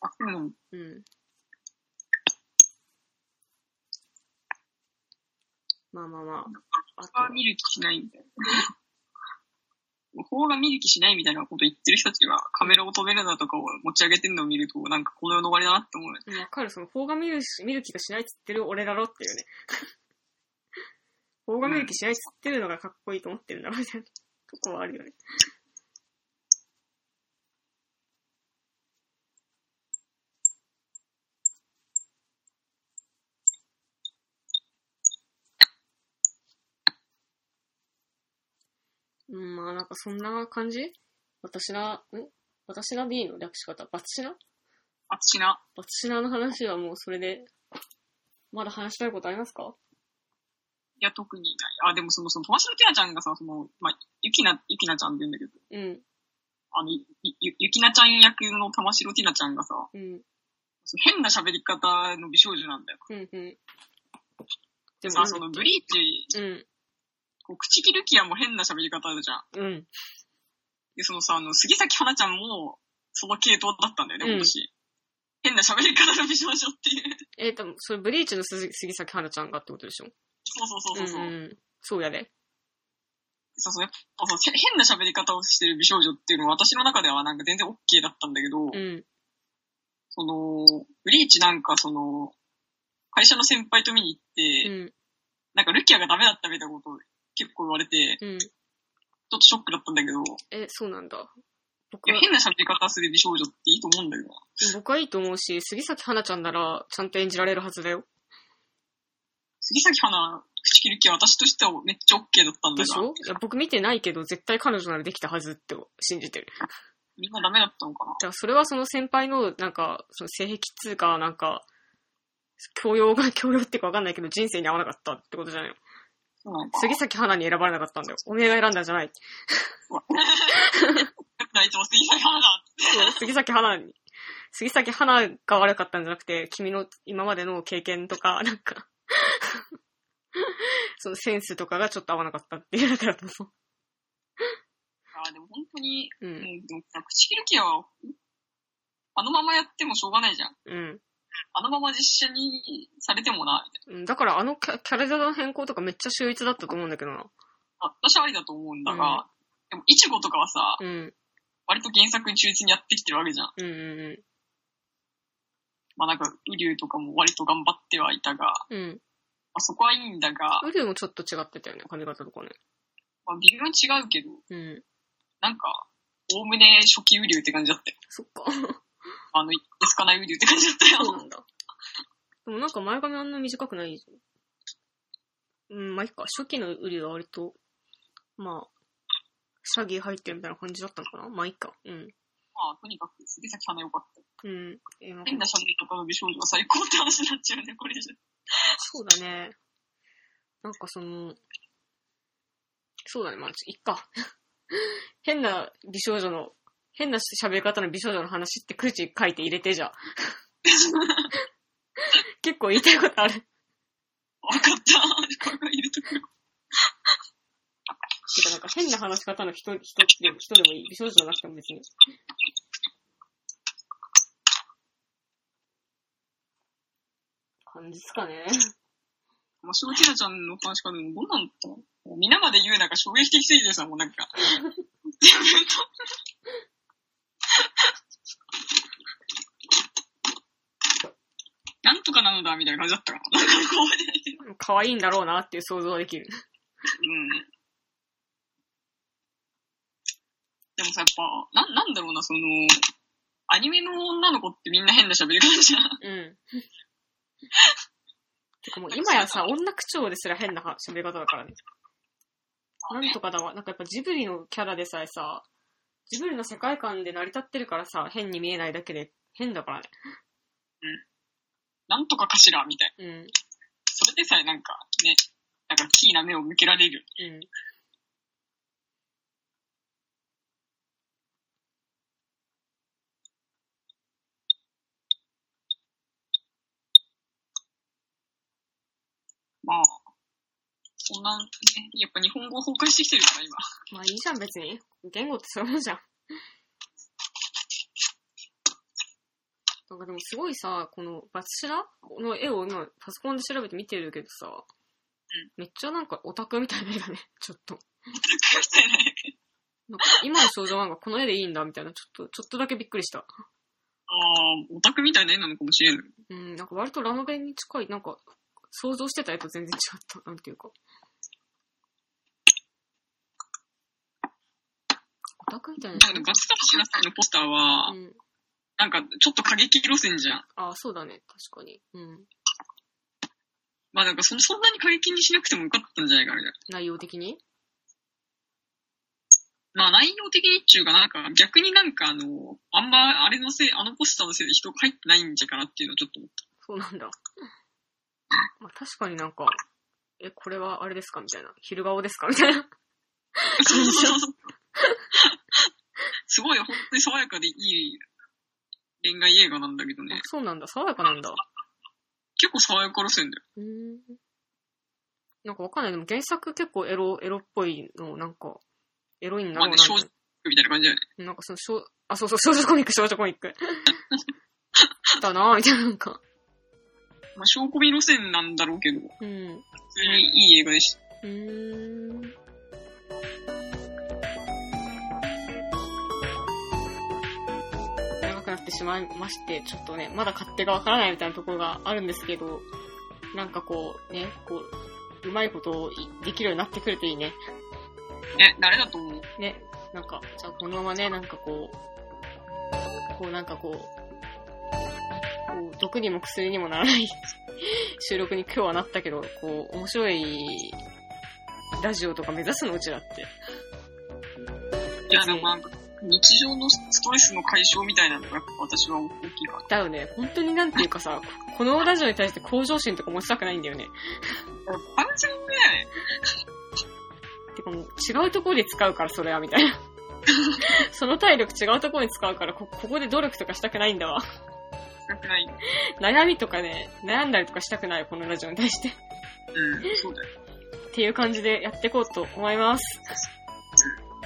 あ、そうなの
うん。まあまあまあ。
法
あ
が見る気しないみたいな。法が見る気しないみたいなこと言ってる人たちがカメラを止めるなとかを持ち上げてるのを見ると、なんかこの世の終わりだなって思う。
と、わかる、その、邦画見るし、見る気がしないっつってる俺だろっていうね。 [LAUGHS] 邦画見る気しないっつってるのがかっこいいと思ってるんだろうみたいなとこはあるよね。うん、まあなんかそんな感じ私ら、ん私ら B の略し方、バツシラ
あしな。
私らの話はもうそれで、まだ話したいことありますか
いや、特にない。あ、でもその、その、友達のティナちゃんがさ、その、まあ、ゆきな、ゆきなちゃんって言うんだけど、
うん、
あの、ゆ、ゆゆきなちゃん役の玉城ティナちゃんがさ、
うん、
その変な喋り方の美少女なんだよ。
うん、うん。で
でさ、その、ブリーチ、
うん、
こう口切るキアも変な喋り方だじゃん。
うん、
で、そのさ、あの、杉咲花ちゃんも、その系統だったんだよね、
うん
今年。変な喋り方の美少女っていう。 [LAUGHS]
えっ、と、それブリーチの鈴杉咲花ちゃんがってことでしょ
そうそうそうそうそう。
んん、そうやで。
そうそうやっぱさへ変な喋り方をしてる美少女っていうのは私の中ではなんか全然 OK だったんだけど、
うん、
その、ブリーチなんかその、会社の先輩と見に行って、
うん、
なんかルキアがダメだったみたいなことを結構言われて、
うん。
ちょっとショックだったんだけど、い
え、そうなんだ。僕
や
は、
変な喋り方する美少女っていいと思うんだけどな。
僕はいいと思うし、杉咲花ちゃんなら、ちゃんと演じられるはずだよ。
杉咲花、口切る気は私としてはめっちゃ OK だったんだ
でし
が、
ょいや、僕見てないけど、絶対彼女ならできたはずって信じてる。
みんなダメだったのかな
だからそれはその先輩の、なんか、その性癖っつうか、なんか、教養が、教養っていうかわかんないけど、人生に合わなかったってことじゃないの。
そうなのか。
杉咲花に選ばれなかったんだよ。おめえが選んだんじゃない。
[LAUGHS] いつも杉咲花だ
そう、杉咲花に。杉咲花が悪かったんじゃなくて、君の今までの経験とか、なんか、そのセンスとかがちょっと合わなかったっていうだけだと思
あーでも本当に、
う。う。
うんん、でもさ、口切る気は、あのままやってもしょうがないじゃん。
うん
あのまま実写にされてもな、みたい
うん。だからあのキャキャラデザの変更とかめっちゃ秀逸だったと思うんだけどな。
な。私はありだと思うんだが、でも、いちごとかはさ、
うん。
割と原作に忠実にやってきてるわけじゃん。
うんう
まあなんか、ウリュウとかも割と頑張ってはいたが、
んうん。うん。
まあそこはいいんだが、
ウリュウもちょっと違ってたよね、髪型とかね。
まあ微妙に違うけど、
うん。
なんか、おおむね初期ウリュウって感じだったよ。
そっ
[LAUGHS]
か。
あの、いつかないウリュウって感じだったよ。
そうなんだ。でもなんか前髪あんな短くない。うん、まあいいか。初期のウリは割と、まあ、シャギー入ってるみたいな感じだったのかなまあいいか。うん。
まあ、とにかく、杉咲花良かった。
うん。えーまあ
変な喋り方の美少女は最高って話になっちゃうね、これ以上。
そうだね。なんかその、そうだね。まあ、ちょいっか。 [LAUGHS] 変な美少女の、変な喋り方の美少女の話って空地書いて入れて
[LAUGHS]
じゃあ。結構言いたいことある。
わかった。これ入れとくよ。
てか、なんか変な話し方の人、人、人でもいい。美少女じゃなくても別に。感じっすかね。
まあ、正直なちゃんの話かでもどうなんだったの皆まで言うなんか衝撃的すぎてさ、もうなん [LAUGHS] か。なんとかなのだ、みたいな感じだったから。なんか怖い。
可愛いんだろうなっていう想像はできる。
うん。でもさ、やっぱ、なん、なんだろうな、その、アニメの女の子ってみんな変な喋り方じゃん。 [LAUGHS]
うん。てかもう今やさ、女口調ですら変なは喋り方だからね。なんとかだわ。なんかやっぱジブリのキャラでさえさ、ジブリの世界観で成り立ってるからさ、変に見えないだけで変だからね。
なんとかかしら、みたいな。
うん。
それでさえなんかね、なんかキーな目を向けられるよね。
うん。
まあ、そんな、ね、やっぱ日本語崩壊してきてるから、今。 [LAUGHS]
まあいいじゃん別に。言語ってそういうもんじゃん。なんかでもすごいさ、このバツシラの絵を今パソコンで調べて見てるけどさ、めっちゃなんかオタクみたいな絵だね、 [LAUGHS] ちょっと。
隠してない。
なんか今の少女漫画この絵でいいんだみたいな、ちょっと、ちょっとだけびっくりした。
ああ、オタクみたいな絵なのかもしれん。
うん、なんか割とラノベに近い、なんか、想像してた絵と全然違った、なんていうか。オタクみたいな
なん。かガスタシナさんのポスターは、
うん。
なんかちょっと過激路線じゃん。
ああ、そうだね、確かに。うん。
まあなんかそそんなに過激にしなくてもよかったんじゃないかなみたい
内容的に
な。まあ内容的にっちゅうかなんか逆になんかあの、あんまあれのせい、あのポスターのせいで人が入ってないんじゃかなっていうのはちょっと思った。
そうなんだ。まあ、確かになんか、え、これはあれですかみたいな。昼顔ですかみたいな。
そうそうそう。すごい本当に爽やかでいい恋愛映画なんだけど
あ
ね。
そうなんだ、爽やかなんだ。
結構爽やか路線だよ。
うーん。なんかわかんない。でも原作結構エロ、エロっぽいの、なんか、エロいんだろうなみたい
まあ
な
ね。みたいな感じだよね。
なんかその、しょうあ、そうそう、少女コミック、少女コミッ [LAUGHS] ク。だなぁ、みたいな、なんか。
まあ、証拠見路線なんだろうけど、普
うん。
通にいい映画でした。
うーん。長くなってしまいまして、ちょっとね、まだ勝手がわからないみたいなところがあるんですけど、なんかこう、ね、こう、うまいことをいできるようになってくれていいね。
ね、誰だと思う
ね、なんか、じゃあこのままね、なんかこう、こうなんかこう、こう毒にも薬にもならない [LAUGHS] 収録に今日はなったけど、こう、面白いラジオとか目指すのうちらって。
いや、でもなんか、日常のストレスの解消みたいなのが、やっぱ私は大きいか
だよね、本当になんていうかさ、ここのラジオに対して向上心とか持ちたくないんだよね。
ら。完全にね、
てかもう違うところで使うから、それは、みたいな。 [LAUGHS] その体力違うところに使うからこ、ここで努力とかしたくないんだわ。
良くない。
悩みとかね、悩んだりとかしたくない、このラジオに対して。
うん、そうだよ。
っていう感じでやっていこうと思います。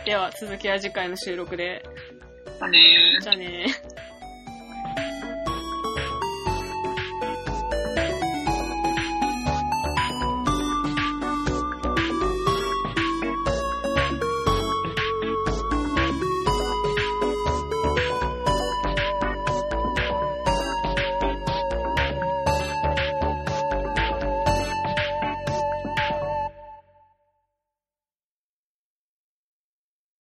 では、続きは次回の収録で。
だねー
じゃあねー。